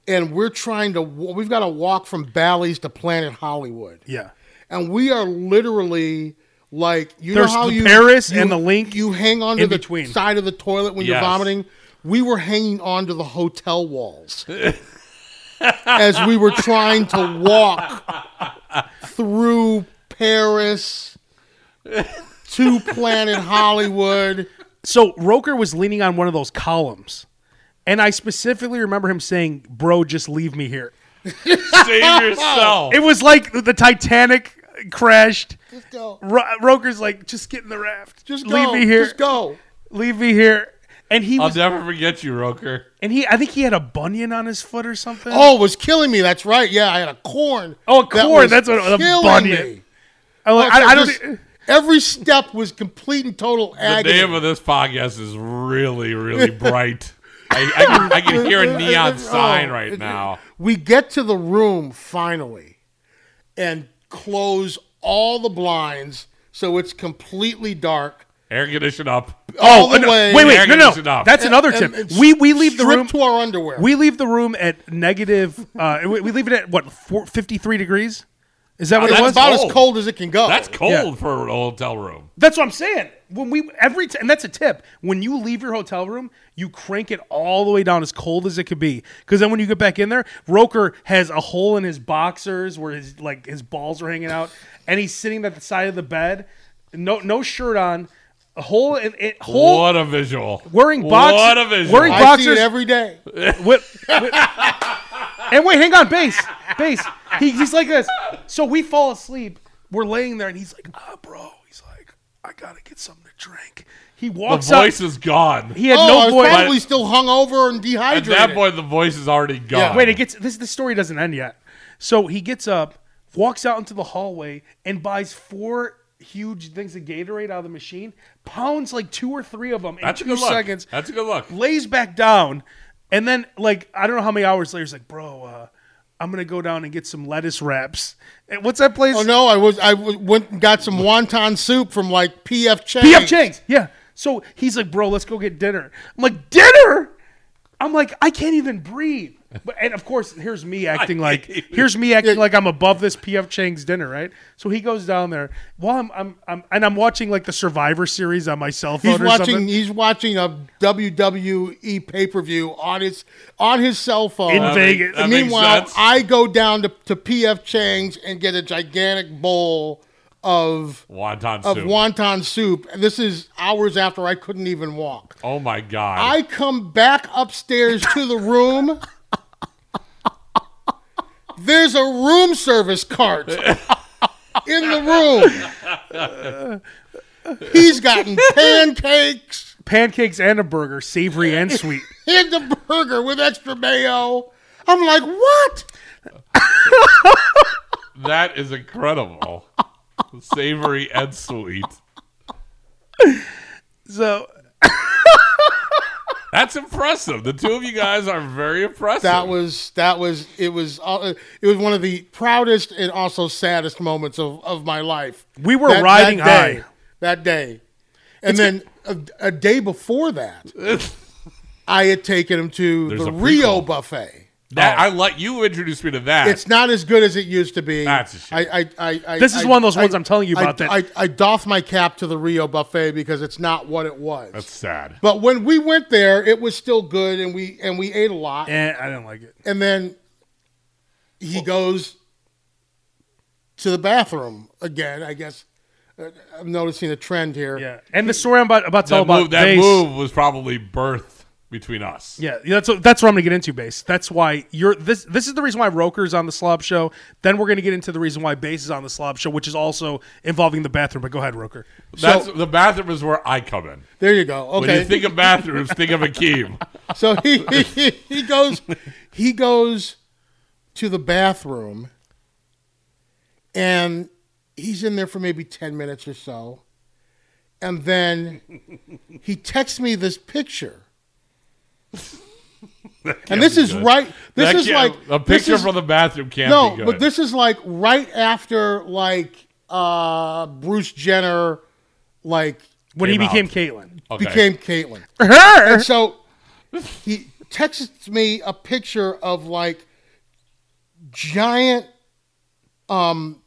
C: and we're trying to. wa- We've got to walk from Bally's to Planet Hollywood,
A: yeah.
C: and we are literally like you
A: There's
C: know how
A: the
C: you
A: Paris
C: you-
A: and the Link
C: You hang on to
A: in
C: the
A: between.
C: side of the toilet when you're
B: Yes.
C: vomiting. We were hanging on to the hotel walls as we were trying to walk through Paris to Planet Hollywood.
A: So Roker was leaning on one of those columns, and I specifically remember him saying, "Bro, just leave me here."
B: Save yourself.
A: It was like the Titanic crashed.
C: Just go.
A: Ro- Roker's like, "Just get in the raft.
C: Just go.
A: leave me here.
C: Just go.
A: Leave me here." And he
B: I'll
A: was,
B: never forget you, Roker.
A: and he, I think he had a bunion on his foot or something.
C: Oh, it was killing me. That's right. Yeah, I had a corn.
A: Oh, a
C: that
A: corn.
C: was
A: That's what- a
C: killing
A: bunion.
C: me.
A: I, like- I- I don't.
C: Just- Every step was complete and total
B: The
C: agony.
B: name of this podcast is really, really bright. I, I, can, I can hear a
A: Oh.
B: neon sign right now.
C: we get to the room finally and close all the blinds so it's completely dark.
B: Air condition up.
C: All
A: oh,
C: the
A: no,
C: way.
A: wait,
B: Air
A: wait, no,
B: conditioned
A: no.
B: up.
A: That's another tip.
C: and- and
A: we we leave the
C: stripped
A: room.
C: to our underwear.
A: We leave the room at negative. Uh, we, we leave it at what four, 53 degrees. Is that what
B: that's
A: it
C: It's
A: was?
C: about
B: cold.
C: as cold as it can go.
A: Oh,
B: That's cold for a hotel room.
A: That's what I'm saying. When we every t- and that's a tip. When you leave your hotel room, you crank it all the way down as cold as it could be. Because then when you get back in there, Roker has a hole in his boxers where his like his balls are hanging out, and he's sitting at the side of the bed, no no shirt on, a hole in it hole
B: What a visual.
A: Wearing box-
B: What a visual.
A: wearing
C: I see
A: boxers-
C: it every day.
A: Whip, whip. and wait, hang on, base, base. He, he's like this. So we fall asleep. We're laying there, and he's like, "Ah, bro." He's like, "I gotta get something to drink." He
B: the
A: walks
B: voice
A: up.
B: is gone.
A: He had
C: oh, I
A: no
C: was
A: voice.
C: probably still hungover and
B: At
C: dehydrated.
B: that point, the voice is already gone.
C: Yeah.
A: Wait, it gets this. The story doesn't end yet. So he gets up, walks out into the hallway, and buys four huge things of Gatorade out of the machine. Pounds like two or three of them in
B: That's a
A: two
B: good look.
A: seconds.
B: That's a good look.
A: lays back down, and then like I don't know how many hours later, he's like, "Bro, uh, I'm gonna go down and get some lettuce wraps." And what's that place?
C: oh no, I was I w- went and got some wonton soup from like PF Chang's.
A: BF Chang's. Yeah. So he's like, "Bro, let's go get dinner." I'm like, "Dinner?" I'm like, "I can't even breathe." But, and of course, here's me acting like here's me acting like I'm above this PF Chang's dinner, right? So he goes down there while I'm I'm, I'm and I'm watching like the Survivor series on my cell phone
C: He's
A: or
C: watching.
A: something.
C: He's watching a WWE pay per view on his on his cell phone
A: In Vegas.
B: That makes
C: Meanwhile,
B: sense.
C: I go down to, to PF Chang's and get a gigantic bowl of
B: Wonton
C: of
B: soup.
C: wonton soup. And this is hours after I couldn't even walk.
B: oh my god.
C: I come back upstairs to the room. There's a room service cart in the room. He's gotten pancakes
A: Pancakes and a burger, savory and sweet.
C: and a burger with extra mayo. I'm like, what?
B: that is incredible. Savory and sweet.
A: So
B: That's impressive. The two of you guys are very impressive.
C: That was that was it was uh, it was one of the proudest and also saddest moments of, of my life.
A: We were
C: That- that
A: riding
C: day-
A: high.
C: that day, and then a, a day before that, I had taken him to
B: There's
C: the
B: a
C: Rio
B: prequel.
C: buffet.
B: That I like you introduced me to that.
C: Oh. It's not as good as it used to be.
B: That's a shame.
C: I, I, I, I,
A: This is
C: I-
A: one of those ones
C: I-
A: I'm telling you
C: I-
A: about that-
C: I, I doff my cap to the Rio buffet because it's not what it was.
B: That's sad.
C: but when we went there, it was still good, and we and we ate a lot.
A: Eh, I didn't like it.
C: and then he goes to the bathroom again. I guess Uh, I'm noticing a trend here.
A: Yeah, and the story I'm about about to tell
B: That,
A: about
B: move, that
A: bass-
B: move was probably birth between us.
A: Yeah, yeah, that's what, that's what I'm gonna get into. Base. That's why you're this. This is the reason why Roker's on the Slob Show. Then we're gonna get into the reason why Base is on the Slob Show, which is also involving the bathroom. But go ahead, Roker.
B: That's
C: So-
B: the bathroom is where I come in.
C: There you go.
B: When
C: Okay.
B: you think of bathrooms, think of Akeem.
C: so he, he he goes he goes to the bathroom and he's in there for maybe 10 minutes or so. And then he texts me this picture. And this is right this
B: That
C: is like
B: can't- a
C: this
B: picture
C: is-
B: from the bathroom can't
C: no,
B: be good.
C: but this is like right after like uh Bruce Jenner like
A: When he became
B: Came out.
A: Caitlyn.
B: Okay.
C: became Caitlyn.
A: Her.
C: So he texts me a picture of like giant um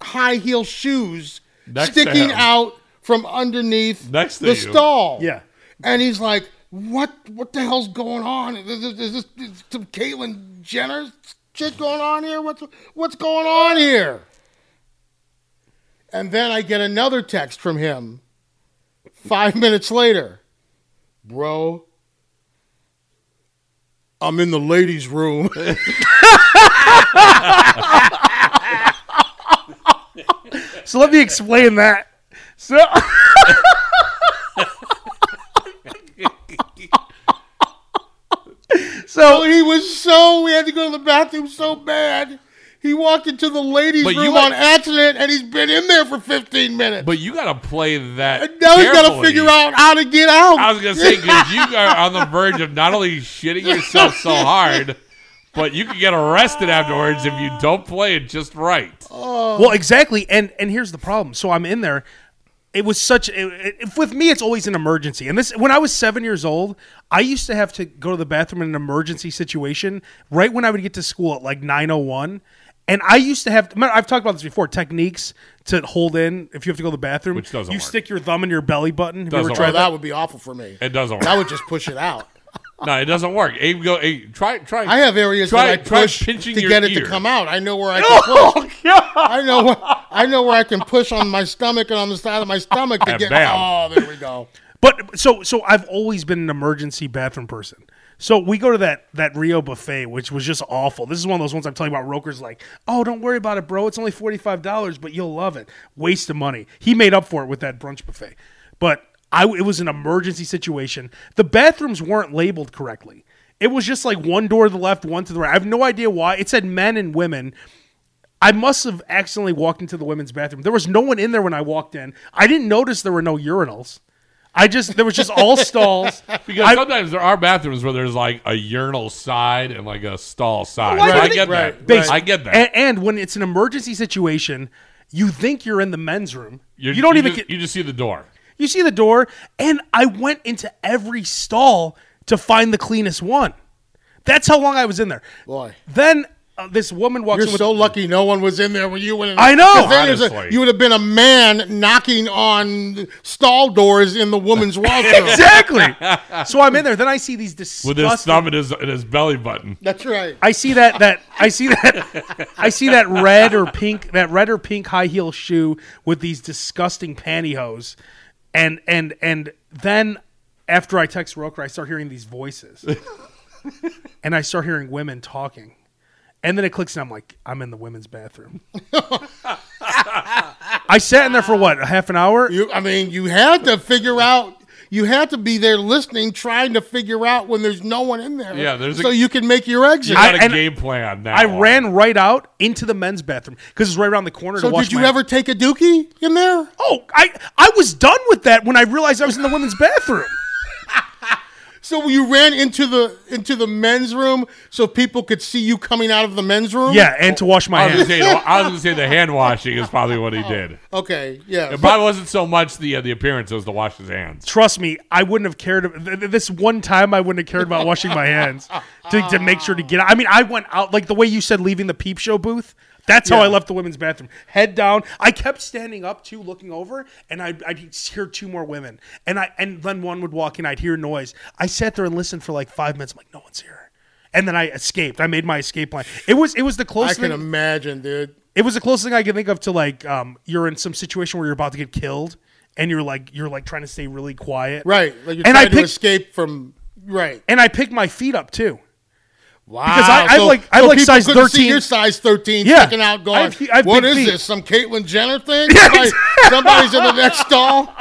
C: high heel shoes
B: Next to
C: sticking
B: him.
C: out from underneath
B: Next to
C: the
B: you.
C: stall.
A: Yeah.
C: And he's like, What what the hell's going on? Is this, is this, is some Caitlyn Jenner shit going on here? What's what's going on here? And then I get another text from him five minutes later. Bro, I'm in the ladies' room.
A: So let me explain that. So
C: So he was so we had to go to the bathroom so bad. He walked into the ladies'
B: But you
C: room
B: got-
C: on accident, and he's been in there for 15 minutes.
B: But you got to play that.
C: and now he's got to
B: carefully.
C: figure out how to get out.
B: I was gonna say because you are on the verge of not only shitting yourself so hard, but you could get arrested afterwards if you don't play it just right.
A: well, exactly. And and here's the problem. So I'm in there. It was such. It, it- with me, it's always an emergency. And this, when I was seven years old, I used to have to go to the bathroom in an emergency situation right when I would get to school at like nine oh one. And I used to have. remember, I've talked about this before. Techniques to hold in if you have to go to the bathroom.
B: Which doesn't
A: You
B: work.
A: stick your thumb in your belly button. Have you ever
B: Doesn't
A: tried
C: oh,
B: work.
A: that?
C: that would be awful for me.
B: It doesn't
C: I
B: work.
C: would just push it out.
B: No, it doesn't work. Abe, go. Abe, try, try.
C: I have areas
B: Try-
C: that I
B: try
C: push to
B: pinching your
C: get it
B: ear. Oh,
C: to come out. I know where I can push. I know where I know where I can push on my stomach and on the side of my stomach to
B: And
C: get.
B: bam.
C: Oh, there we go.
A: But so so I've always been an emergency bathroom person. So we go to that that Rio buffet, which was just awful. This is one of those ones I'm telling you about. Roker's like, oh, don't worry about it, bro. It's only forty five dollars, but you'll love it. Waste of money. He made up for it with that brunch buffet. But I it was an emergency situation. The bathrooms weren't labeled correctly. It was just like one door to the left, one to the right. I have no idea why. It said men and women. I must have accidentally walked into the women's bathroom. There was no one in there when I walked in. I didn't notice there were no urinals. I just there was just all stalls.
B: Because
A: I-
B: sometimes there are bathrooms where there's like a urinal side and like a stall side.
A: Why
B: So I
A: would they-
B: get that.
C: Right,
A: Basi-
B: I get that.
A: And, and when it's an emergency situation, you think you're in the men's room. You're, you do not even
B: just,
A: get,
B: you just see the door.
A: you see the door. And I went into every stall to find the cleanest one. That's how long I was in there.
C: Boy.
A: Then uh, this woman walks
C: You're
A: in with
C: so lucky no one was in there when you went in.
A: I know!
C: 'Cause then there's a-
B: Honestly.
C: you would have been a man knocking on stall doors in the woman's washroom.
A: exactly. so I'm in there. Then I see these disgusting
B: With his thumb and his, and his belly button.
C: That's right.
A: I see that that I see that I see that red or pink that red or pink high heel shoe with these disgusting pantyhose, and and and then after I text Roker, I start hearing these voices, and I start hearing women talking, and then it clicks, and I'm like, I'm in the women's bathroom. I sat in there for what a half an hour.
C: You, I mean, you had to figure out. You had to be there listening, trying to figure out when there's no one in there.
B: Yeah, there's a-
C: so you can make your
B: You
C: exit.
B: got a
A: and-
B: game plan now.
A: I ran right out into the men's bathroom because it's right around the corner.
C: so
A: to wash
C: did you
A: my-
C: ever take a dookie in there?
A: Oh, I I was done with that when I realized I was in the women's bathroom.
C: So you ran into the into the men's room so people could see you coming out of the men's room.
A: Yeah, and to wash my
C: Oh,
B: I was gonna
A: hands.
B: say, I was gonna say the hand washing is probably what he
A: Oh.
B: did.
C: Okay. Yeah.
B: It probably wasn't so much the uh, the appearance as the wash his hands.
A: Trust me, I wouldn't have cared. th- th- This one time, I wouldn't have cared about washing my hands to, to make sure to get. out. I mean, I went out like the way you said leaving the peep show booth. That's how I left the women's bathroom. Head down. I kept standing up too, looking over, and I'd, I'd hear two more women, and I and then one would walk in. I'd hear noise. I sat there and listened for like five minutes. I'm like, no one's here, and then I escaped. I made my escape line. It was it was the
C: I
A: closest.
C: can
A: thing-
C: imagine, dude.
A: it was the closest thing I could think of to like um, you're in some situation where you're about to get killed and you're like you're like trying to stay really quiet.
C: Right. Like you're
A: And I
C: trying to
A: picked-
C: escape from. Right.
A: And I picked my feet up too.
C: Wow.
A: I- I'm like- I'm like
C: people
A: size
C: couldn't See
A: 13.
C: your size thirteen
A: Yeah.
C: sticking out, going,
A: I have- I have
C: "What
A: big
C: is
A: feet."
C: this? Some Caitlyn Jenner thing? Somebody- somebody's in the next stall."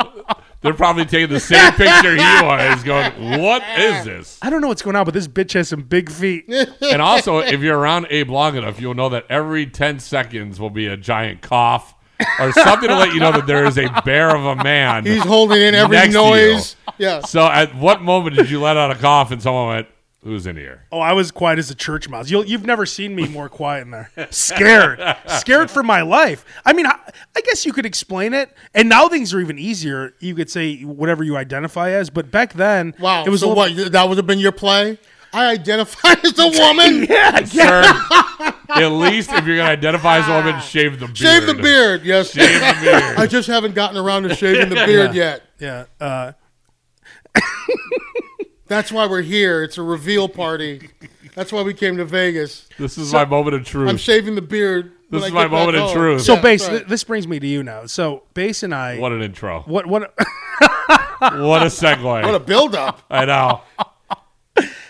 B: They're probably taking the same picture he was, going, "What is this?"
A: I don't know what's going on, but this bitch has some big feet.
B: And also, if you're around Abe long enough, you'll know that every ten seconds will be a giant cough or something to let you know that there is a bear of a man.
C: He's holding in every
B: Next to
C: noise.
B: you.
C: Yeah.
B: So, at what moment did you let out a cough and someone went, "Who's in here?"
A: Oh, I was quiet as a church mouse. You'll, you've never seen me more quiet in there. Scared, scared for my life. I mean, I, I guess you could explain it. And now things are even easier. You could say whatever you identify as, but back then,
C: Wow.
A: it was
C: so
A: a little-
C: what? you- That would have been your play. I identify as a woman.
A: Yeah, yeah.
B: Sir, at least if you're gonna identify as a woman, shave the beard.
C: Shave the beard. Yes.
B: Shave the beard.
C: I just haven't gotten around to shaving the beard yet.
A: yeah. Uh,
C: That's why we're here. It's a reveal party. That's why we came to Vegas.
B: This is my moment of truth.
C: I'm shaving the beard. when
B: This
C: I
B: is my
C: get back
B: moment of
C: home.
B: truth.
A: so,
C: Yeah,
A: Bass,
C: that's right.
A: th- this brings me to you now. So, Bass and I,
B: what an intro.
A: what, what
B: What a segue.
C: what a buildup.
B: I know.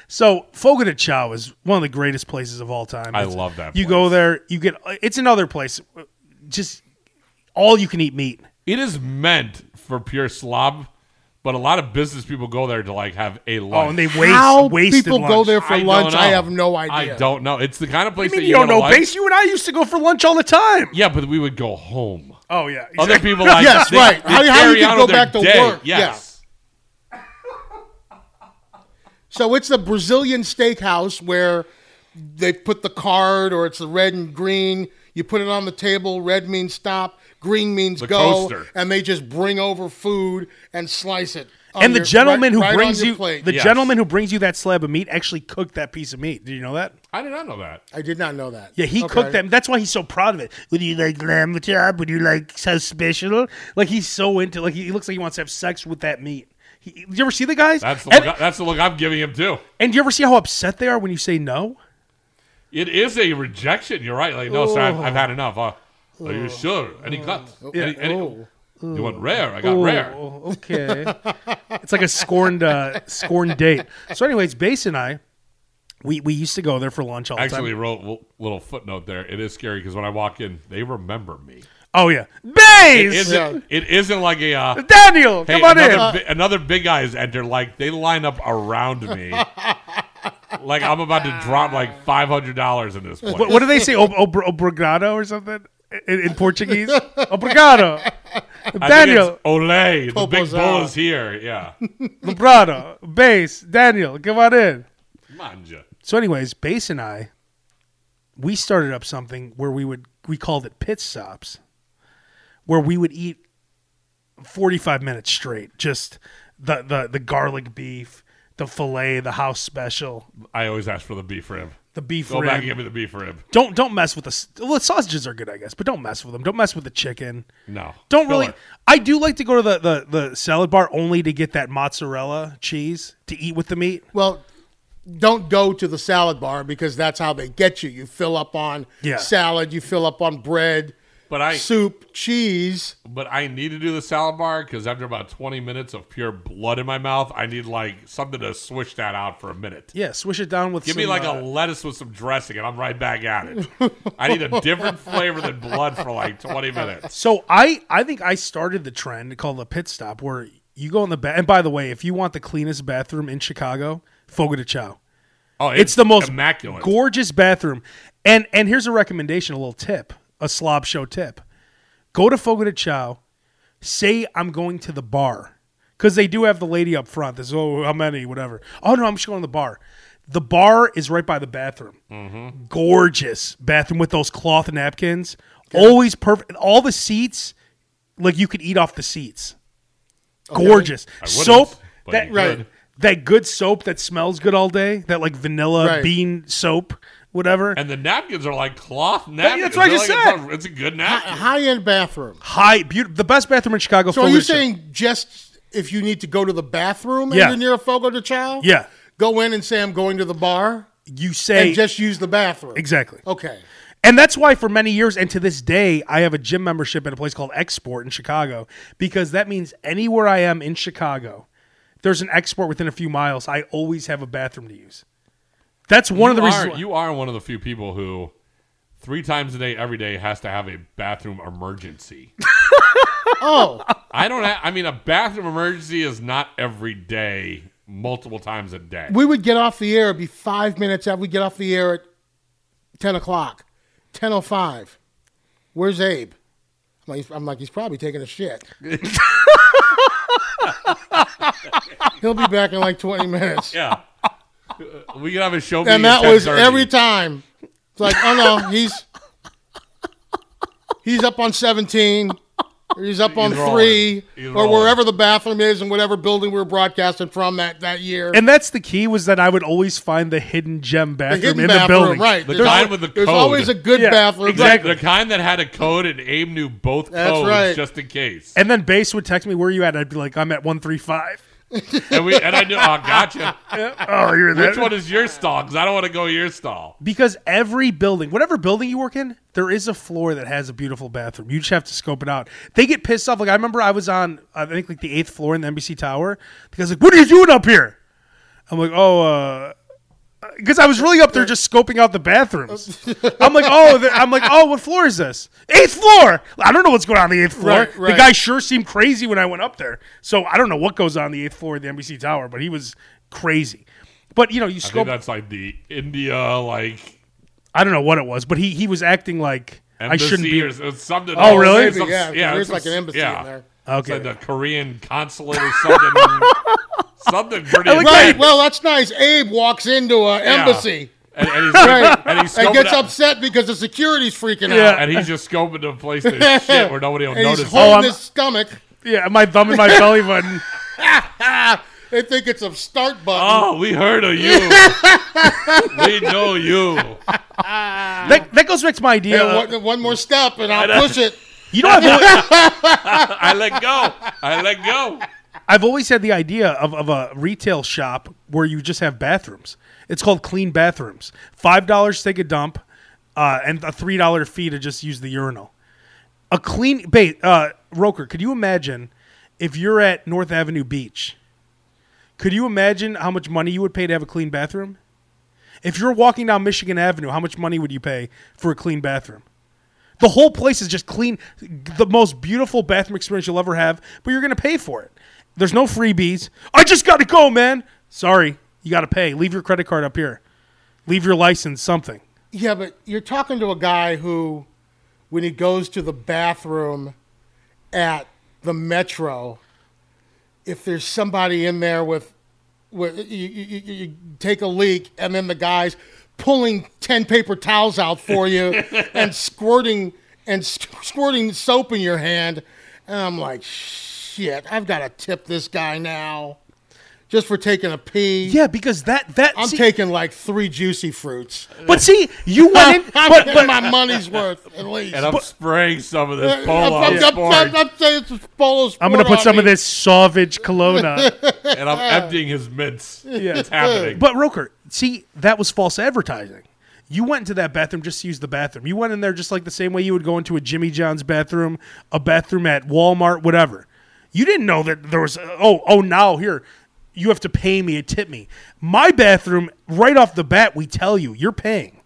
A: So Fogo de Chao is one of the greatest places of all time.
B: I
A: It's-
B: love that
A: You
B: place.
A: go there, you get. It's another place, just all you can eat meat.
B: It is meant for pure slob, but a lot of business people go there to like have a lunch.
A: Oh, and they waste
C: How
A: wasted
C: people
A: lunch.
C: go there for
B: I don't
C: lunch? I
B: know.
C: have no idea.
B: I don't know. It's the kind of
A: I
B: place
A: mean,
B: that
A: you don't
B: go to
A: know
B: lunch-
A: base. You and I used to go for lunch all the time.
B: Yeah, but we would go home.
A: Oh yeah,
B: Other
A: exactly.
B: people like
C: Yes,
B: they-
C: right.
B: they
C: How- how you
B: carry
C: can
B: on
C: go
B: with their
C: back to
B: day.
C: work. Yeah.
B: Yes.
C: So it's a Brazilian steakhouse where they put the card or it's the red and green. You put it on the table. Red means stop. Green means go.
B: coaster.
C: And they just bring over food and slice it. on
A: And the
C: your-
A: gentleman
C: right-
A: who
C: right on
A: brings
C: your
A: you
C: plate.
A: the
B: Yes.
A: gentleman who brings you that slab of meat actually cooked that piece of meat. Did you know that?
B: I did not know that.
C: I did not know that.
A: Yeah, he
C: Okay.
A: cooked that. That's why he's so proud of it. Would you like lamb chop? Would you like so special? Like he's so into. Like he he looks like he wants to have sex with that meat. He, you ever see the guys?
B: That's the
A: And-
B: look, that's the look I'm giving him too.
A: And you ever see how upset they are when you say no?
B: It is a rejection. You're right. Like no, sir, I've, I've had enough. Uh, are you sure? Any cuts? Any, any, You want rare? I got rare.
A: Oh, okay. it's like a scorned uh, scorned date. So, anyways, Bass and I, we we used to go there for lunch all the
B: actually
A: time.
B: wrote a l- little footnote there. It is scary because when I walk in, they remember me.
A: Oh yeah, Bass,
B: Isn't, It isn't like a uh,
A: Daniel,
B: hey,
A: come on
B: another,
A: in.
B: bi- another big guy has entered. Like they line up around me, like I'm about to drop like five hundred dollars in this place.
A: what, what do they say? Ob- ob- obrigado or something in, in Portuguese? Obrigado,
B: I think it's
A: Daniel,
B: Olay, the big
C: Popozão.
B: bull is here. Yeah,
A: Lobrado, Bass, Daniel, come on in.
B: manja.
A: So, anyways, Bass and I, we started up something where we would we called it pit stops, where we would eat forty five minutes straight, just the the the garlic beef, the fillet, the house special,
B: I always ask for the beef rib.
A: the beef
B: Go back and
A: rib.
B: give me the beef rib.
A: Don't don't mess with the s- well, the sausages are good, I guess, but don't mess with them. Don't mess with the chicken.
B: No,
A: Don't
B: Killer.
A: really. I do like to go to the, the, the salad bar only to get that mozzarella cheese to eat with the meat.
C: Well, don't go to the salad bar because that's how they get you. You fill up on
A: Yeah.
C: salad, you fill up on bread,
B: But I
C: soup, cheese.
B: but I need to do the salad bar because after about twenty minutes of pure blood in my mouth, I need like something to swish that out for a minute.
A: Yeah, swish it down with
B: Give
A: some,
B: me like
A: uh,
B: a lettuce with some dressing, and I'm right back at it. I need a different flavor than blood for like 20 minutes.
A: So I I think I started the trend called the pit stop where you go in the bath. And by the way, if you want the cleanest bathroom in Chicago, Fogo de Chao.
B: Oh, it's,
A: It's, the most
B: immaculate.
A: gorgeous bathroom. And and here's a recommendation, a little tip, a slob show tip. Go to Fogo de Chao, say I'm going to the bar. because they do have the lady up front. That's oh how many whatever. Oh no, I'm just going to the bar. The bar is right by the bathroom.
B: Mm-hmm.
A: Gorgeous bathroom with those cloth napkins. Always perfect. All the seats, like you could eat off the seats. Gorgeous
B: Oh, I wouldn't,
A: soap.
B: but
A: That
B: you
A: right.
B: could.
A: That good soap that smells good all day. That like vanilla
C: Right.
A: bean soap, whatever.
B: And the napkins are like cloth napkins.
A: that's what I
B: They're
A: just
B: like
A: said.
B: A, it's a good
C: A
B: napkin.
C: high-end bathroom.
A: High, beautiful. The best bathroom in Chicago.
C: So are
A: full
C: you
A: of shit.
C: saying just if you need to go to the bathroom
A: Yeah.
C: and you're near a Fogo de Chao?
A: Yeah.
C: Go in and say I'm going to the bar
A: you say
C: and just use the bathroom.
A: exactly?
C: Okay.
A: And that's why for many years and to this day, I have a gym membership at a place called Export in Chicago because that means anywhere I am in Chicago, there's an Export within a few miles. I always have a bathroom to use. That's one of the
B: You
A: reasons.
B: are-
A: why-
B: you are one of the few people who three times a day, every day, has to have a bathroom emergency.
C: Oh,
B: I don't. Have, I mean, a bathroom emergency is not every day, multiple times a day.
C: we would get off the air. It'd be five minutes after we get off the air at ten o'clock, ten o five. Where's Abe? I'm like, he's- I'm like he's probably taking a shit. He'll be back in like twenty minutes.
B: yeah, we can have a show. meeting
C: and
B: at
C: that was
B: 10:30.
C: every time. It's like, oh no, he's he's up on seventeen, or he's up on
B: rolling.
C: three,
B: He's
C: or
B: rolling.
C: wherever the bathroom is in whatever building we were broadcasting from that that year.
A: and that's the key was that I would always find the hidden gem bathroom
C: hidden
A: in
C: bathroom,
A: the building.
C: right?
B: The
C: there's
B: guy
C: al-
B: with the
C: there's
B: code.
C: always a good
A: Yeah,
C: bathroom.
A: exactly.
B: The kind that had a code and Abe knew both
C: That's
B: codes
C: right.
B: just in case.
A: And then Base would text me, "Where are you at?" I'd be like, "I'm at one three five.
B: And we and I knew. Oh, gotcha.
A: Oh, you're there.
B: Which one is your stall? Because I don't want to go your stall.
A: Because every building, whatever building you work in, there is a floor that has a beautiful bathroom. You just have to scope it out. They get pissed off. Like I remember I was on I think like the eighth floor in the NBC Tower. The guy's like, "What are you doing up here?" I'm like, "Oh, because I was really up there just scoping out the bathrooms." I'm like, "Oh, the, I'm like, oh, what floor is this? Eighth floor. I don't know what's going on, on the eighth floor.
C: Right,
A: The
C: right.
A: guy sure seemed crazy when I went up there. So I don't know what goes on the eighth floor of the NBC Tower, but he was crazy." But you know, you
B: I think
A: scope.
B: that's like the India like
A: I don't know what it was, but he he was acting like
B: embassy
A: I shouldn't be.
B: or s- it's something.
A: Oh, really? Uh,
C: Maybe, yeah,
B: it's-
C: there's like an embassy
B: yeah.
C: in there.
B: It's
A: Okay.
B: like the Korean consulate or something. something pretty.
A: like
B: insane.
C: Right. Well, that's nice. Abe walks into an
B: Yeah.
C: embassy
B: And, and he's
C: Right.
B: and he's
C: and
B: scoping
C: gets
B: out-
C: upset because the security's freaking
A: Yeah.
C: out,
B: and he's just scoping to a place that shit where nobody will
C: and he's
B: notice.
C: holding
A: Oh, I'm-
C: his stomach.
A: yeah, my thumb in my belly button.
C: They think it's a start button.
B: oh, we heard of you. we know you.
A: That, that goes back to my idea.
C: And one, one more step, and I'll push it.
A: you know, I've always,
B: I let go. I let go.
A: I've always had the idea of, of a retail shop where you just have bathrooms. It's called clean bathrooms. Five dollars to take a dump, uh, and a three dollar fee to just use the urinal. A clean, ba- uh, Roker. Could you imagine if you're at North Avenue Beach? Could you imagine how much money you would pay to have a clean bathroom? If you're walking down Michigan Avenue, how much money would you pay for a clean bathroom? The whole place is just clean, the most beautiful bathroom experience you'll ever have, but you're going to pay for it. There's no freebies. I just got to go, man. Sorry, you got to pay. Leave your credit card up here. Leave your license, something.
C: Yeah, but you're talking to a guy who, when he goes to the bathroom at the metro, if there's somebody in there with, with you, you, you- you take a leak, and then the guy's pulling 10 paper towels out for you and squirting and squ- squirting soap in your hand. And I'm like, shit, I've got to tip this guy now just for taking a pee.
A: Yeah, because that that
C: I'm
A: see-
C: taking like three juicy fruits.
A: But see, you went in,
C: I'm
A: but,
C: getting
A: but
C: my money's worth at least.
B: And I'm spraying some of this
C: I'm-
B: polo
C: I'm- I'm-
B: sport,
C: I'm- I'm saying it's polo
A: I'm
C: sport
A: gonna put
C: on
A: some of
C: me.
A: this sauvage Kelowna.
B: and I'm emptying his mints. It's happening.
A: But Roker, see, that was false advertising. You went into that bathroom just to use the bathroom. You went in there just like the same way you would go into a Jimmy John's bathroom, a bathroom at Walmart, whatever. You didn't know that there was oh oh now here you have to pay me a tip me. My bathroom right off the bat we tell you you're paying.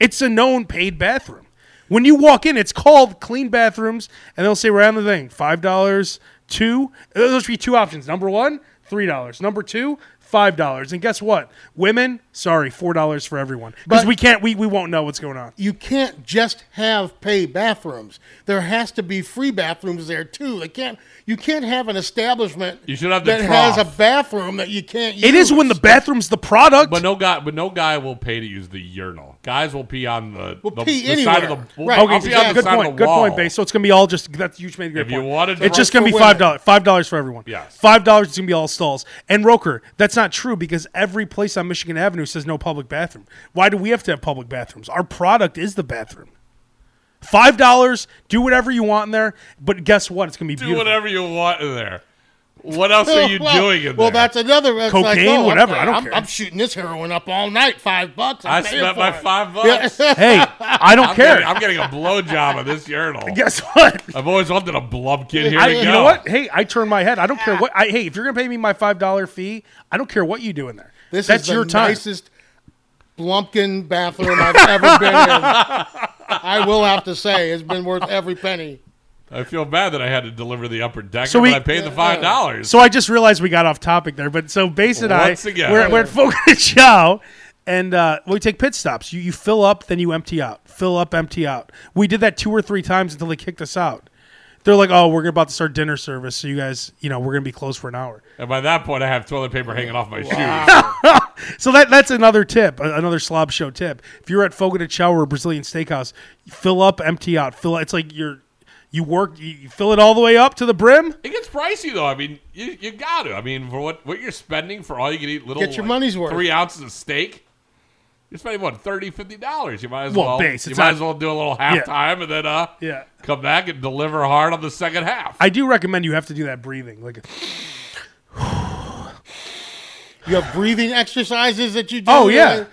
A: It's a known paid bathroom. When you walk in, it's called clean bathrooms, and they'll say right on the thing five dollars, two. Those should be two options. Number one, three dollars. Number two, five dollars. And guess what? Women, sorry, four dollars for everyone because
C: But-
A: we can't. We we won't know what's going on.
C: You can't just have paid bathrooms. There has to be free bathrooms there too. They can't. You can't have an establishment
B: You should have the
C: that has a
B: trough.
C: bathroom that you can't.
A: It is when the bathroom's the product.
B: But no guy, but no guy will pay to use the urinal. Guys will pee on the, the,
C: pee
B: the side of
C: anywhere.
B: the.
C: Right.
B: I'll
A: Okay,
B: pee
C: yeah,
B: on the
A: good
B: side
A: point.
B: Of the
A: good
B: wall.
A: point, base. So it's gonna be all just that's you made a great
B: If you
A: point.
B: wanted to
A: it's just
B: work
A: gonna be
C: for
A: five
C: women.
A: dollars. Five dollars for everyone.
B: Yes.
A: Five dollars is gonna be all stalls. And Roker, that's not true because every place on Michigan Avenue says no public bathroom. Why do we have to have public bathrooms? Our product is the bathroom. Five dollars, do whatever you want in there, but guess what? It's gonna be
B: Do
A: beautiful.
B: whatever you want in there. What else are you
C: well,
B: doing in
C: well,
B: there?
C: that's another it's like,
A: Cocaine,
C: oh, I'm-
A: whatever, I don't
C: I'm,
A: care.
C: I'm shooting this heroin up all night. Five bucks.
B: I
C: I'm paying
B: spent
C: for
B: my
C: it.
B: five bucks.
A: Hey, I don't
B: I'm,
A: care.
B: Getting, I'm getting a blowjob on this urinal.
A: guess what?
B: I've always wanted a blub kid. Here
A: I,
B: we go.
A: you know what? Hey, I turn my head. I don't
C: Ah.
A: care what. I, hey, if you're gonna pay me my five dollar fee, I don't care what you do in there.
C: This
A: that's
C: is the
A: your time.
C: nicest Blumpkin bathroom I've ever been in. I will have to say, it's been worth every penny.
B: I feel bad that I had to deliver the upper decker,
A: So we-
B: but I paid the five dollars.
A: So I just realized we got off topic there, but so Base and
B: Once
A: I,
B: again.
A: we're, we're at Fogarty Chow, and uh, we take pit stops. You you fill up, then you empty out. Fill up, empty out. We did that two or three times until they kicked us out. They're like, "Oh, we're about to start dinner service, so you guys, you know, we're gonna be closed for an hour."
B: and by that point, I have toilet paper hanging off my shoes.
A: So that that's another tip, a- another slob show tip. If you're at Fogo de Chao or Brazilian Steakhouse, fill up, empty out. Fill. It's like you're you work, you you fill it all the way up to the brim.
B: It gets pricey though. I mean, you, you got to. I mean, for what what you're spending for all you can eat, little
C: Get your
B: like,
C: money's worth.
B: Three ounces of steak. You're spending what 30 dollars. You might as
A: Well,
B: well.
A: base,
B: you
A: it's
B: might
A: not-
B: as well do a little halftime and then uh
A: Yeah.
B: come back and deliver hard on the second half.
A: I do recommend you have to do that breathing, like.
C: You have breathing exercises that you do.
A: Oh yeah.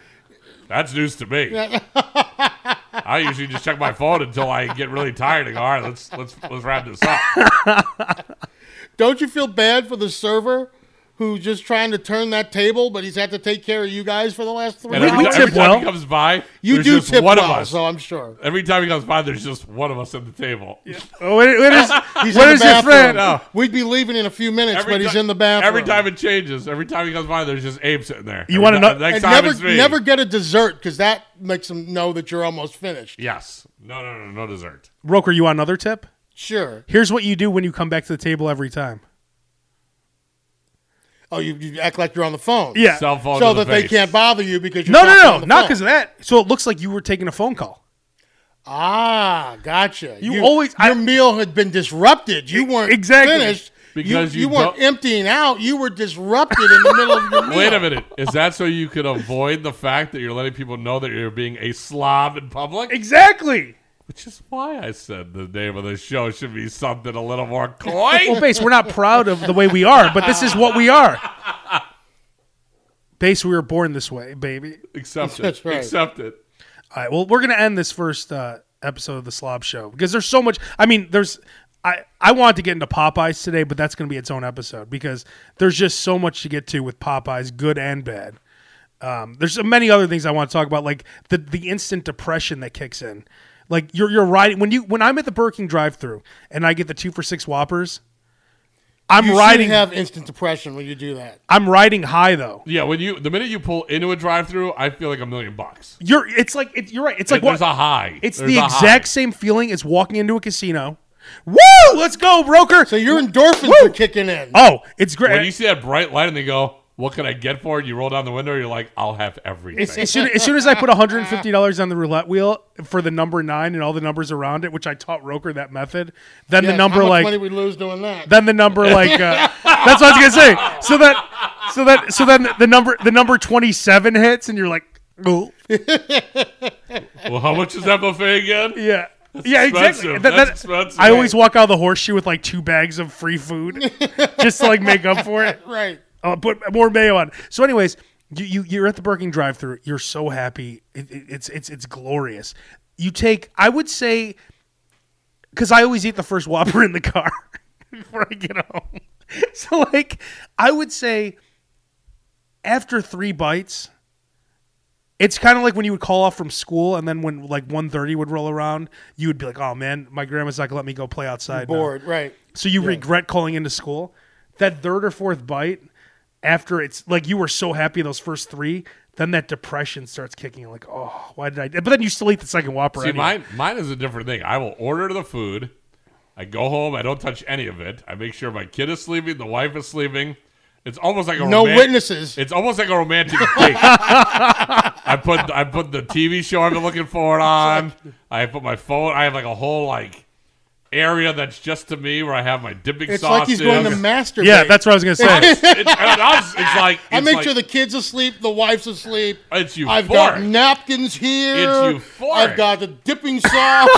B: That's news to me. I usually just check my phone until I get really tired and go, all right, let's let's let's wrap this up.
C: Don't you feel bad for the server who's just trying to turn that table, but he's had to take care of you guys for the last three
B: And
A: We-
C: hours?
A: we
B: every, ti-
A: tip
B: every time
A: well.
B: he comes by,
C: you
B: there's
C: do
B: just
C: tip
B: one
C: well,
B: of us.
C: so I'm sure.
B: Every time he comes by, there's just one of us at the table.
A: Oh, what, what is,
C: He's
A: what
C: in
A: is
C: the
A: your
C: bathroom. Oh.
A: friend? Oh.
C: We'd be leaving in a few minutes,
B: Every
C: but he's
B: ti-
C: in the bathroom.
B: Every time it changes. Every time he comes by, there's just Abe sitting there.
A: You
B: Every
A: wanna
B: ti-
A: know-
B: Next
C: and
B: time
C: never,
B: it's me.
C: never get a dessert because that makes them know that you're almost finished.
B: Yes. No, no, no, no dessert.
A: Roker, you want another tip?
C: Sure.
A: Here's what you do when you come back to the table every time.
C: Oh, you, you act like you're on the phone.
A: Yeah.
B: Cell phone.
C: so
B: to the
C: that they
B: face.
C: can't bother you because you're
A: No,
C: talking
A: no,
C: on
A: no,
C: the
A: not
C: phone.
A: because of that. So it looks like you were taking a phone call.
C: ah, gotcha.
A: You always-
C: your
A: I- E-
C: meal had been disrupted. You weren't
A: exactly.
C: finished
B: Because you
C: you, weren't
B: don't-
C: emptying out. You were disrupted in the middle of your meal.
B: Wait a minute. Is that so you could avoid the fact that you're letting people know that you're being a slob in public?
A: Exactly.
B: Which is why I said the name of the show should be something a little more coy.
A: Well, Base, we're not proud of the way we are, but this is what we are. Base, we were born this way, baby.
B: Accept it.
C: That's right.
B: Accept it.
A: All right. Well, we're gonna end this first uh, episode of the Slob Show because there's so much. I mean, there's. I I wanted to get into Popeyes today, but that's gonna be its own episode because there's just so much to get to with Popeyes, good and bad. Um, there's so many other things I want to talk about, like the the instant depression that kicks in. Like you're you're riding when you when I'm at the Burger King drive-through and I get the two for six Whoppers. I'm
C: You should
A: riding.
C: have instant depression when you do that.
A: I'm riding high though.
B: Yeah, when you the minute you pull into a drive-through, I feel like a million bucks.
A: You're. It's like it, you're right. It's like
B: There's
A: what
B: a high.
A: It's
B: There's
A: the
B: a high.
A: exact same feeling as walking into a casino. Woo! Let's go, broker.
C: So your endorphins
A: Woo!
C: are kicking in.
A: oh, it's great.
B: When you see that bright light and they go, "What can I get for it?" You roll down the window. You're like, "I'll have everything."
A: as, soon, as soon as I put $150 on the roulette wheel for the number nine and all the numbers around it, which I taught Roker that method, then
C: Yes,
A: the number
C: how much
A: like
C: money we lose doing that.
A: then the number like uh, that's what I was gonna say. So that so that so then the number the number twenty seven hits and you're like, oh
B: well, how much is that buffet again?
A: yeah. yeah, exactly.
B: expensive.
A: That-
B: That's
A: that-
B: expensive.
A: I always walk out of the horseshoe with like two bags of free food just to like make up for it.
C: right.
A: Uh, put more mayo on. So, anyways, you, you you're at the Burger King drive-through. You're so happy. It, it, it's it's it's glorious. You take. I would say, because I always eat the first Whopper in the car before I get home. So, like, I would say, after three bites. It's kind of like when you would call off from school, and then when like 1.30 would roll around, you would be like, "Oh man, my grandma's not gonna let me go play outside." now."
C: Bored. Right.
A: so you regret calling into school. That third or fourth bite, after it's like you were so happy those first three, then that depression starts kicking. in, Like, oh, why did I? But then you still eat the second Whopper.
B: See,
A: anyway.
B: mine, mine is a different thing. I will order the food. I go home. I don't touch any of it. I make sure my kid is sleeping, the wife is sleeping. It's almost like a
C: No
B: roman-
C: witnesses.
B: Oh, It's almost like a romantic date. I put I put the TV show I've been looking for on. I put my phone. I have like a whole like area that's just to me where I have my dipping
C: It's
B: sauce.
C: like he's going to
B: in.
C: masturbate.
A: Yeah, that's what I was gonna say.
B: It's, it's, and us, it's like
C: I
B: it's
C: make
B: like-
C: sure the kids asleep, the wife's asleep.
B: It's euphoric.
C: I've got napkins here.
B: It's euphoric.
C: I've got the dipping sauce.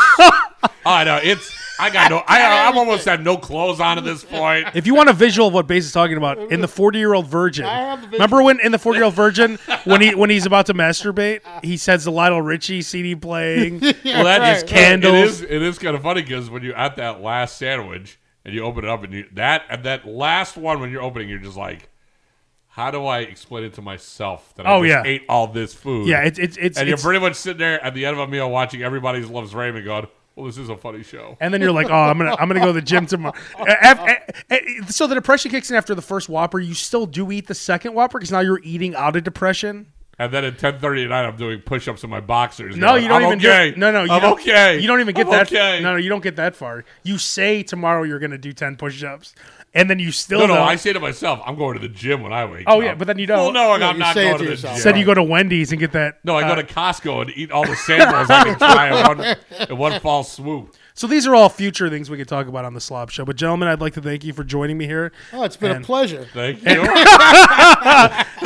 B: I know it's. I got no. I, I almost have no clothes on at this point.
A: If you want a visual of what Baze is talking about, in the forty-year-old virgin.
C: I have the visual.
A: Remember when in the forty-year-old virgin, when he when he's about to masturbate, he says the Lionel Richie CD playing.
B: well, that
C: right,
B: is
C: right.
B: It
A: Candles.
B: is, it is kind of funny because when you're at that last sandwich and you open it up and you that at that last one when you're opening, you're just like, how do I explain it to myself that I
A: Oh,
B: just
A: yeah.
B: ate all this food?
A: Yeah, it's it's it's.
B: and you're
A: it's-
B: pretty much sitting there at the end of a meal watching Everybody's Loves Raymond going, well, this is a funny show.
A: and then you're like, oh, I'm gonna I'm gonna go to the gym tomorrow. A- af- a- a- so the depression kicks in after the first Whopper. You still do eat the second Whopper because now you're eating out of depression.
B: And then at 10:30 at night, I'm doing push-ups in my boxers.
A: No,
B: going,
A: you don't
B: "I'm
A: even
B: okay.
A: get. No, no, you
B: I'm
A: don't,
B: okay.
A: You don't even get
B: I'm
A: that.
B: Okay.
A: No, no, you don't get that far. You say tomorrow you're gonna do ten push-ups, and then you still
B: No, no,
A: don't.
B: I say to myself, I'm going to the gym when I wake
A: Oh,
B: up.
A: yeah, but then you don't.
B: Well, no,
C: Yeah,
B: I'm
C: you
B: not
C: say it
B: going
C: to
B: to the
C: yourself.
B: gym.
A: Said you go to Wendy's and get that.
B: No, I go to Costco and eat all the samples I can try in one, in one fall swoop.
A: So these are all future things we could talk about on the Slob Show. But gentlemen, I'd like to thank you for joining me here.
C: oh, it's been
A: And-
C: a pleasure.
B: Thank you.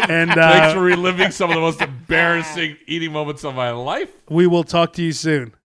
A: And
B: Thanks
A: uh,
B: for reliving some of the most embarrassing eating moments of my life.
A: we will talk to you soon.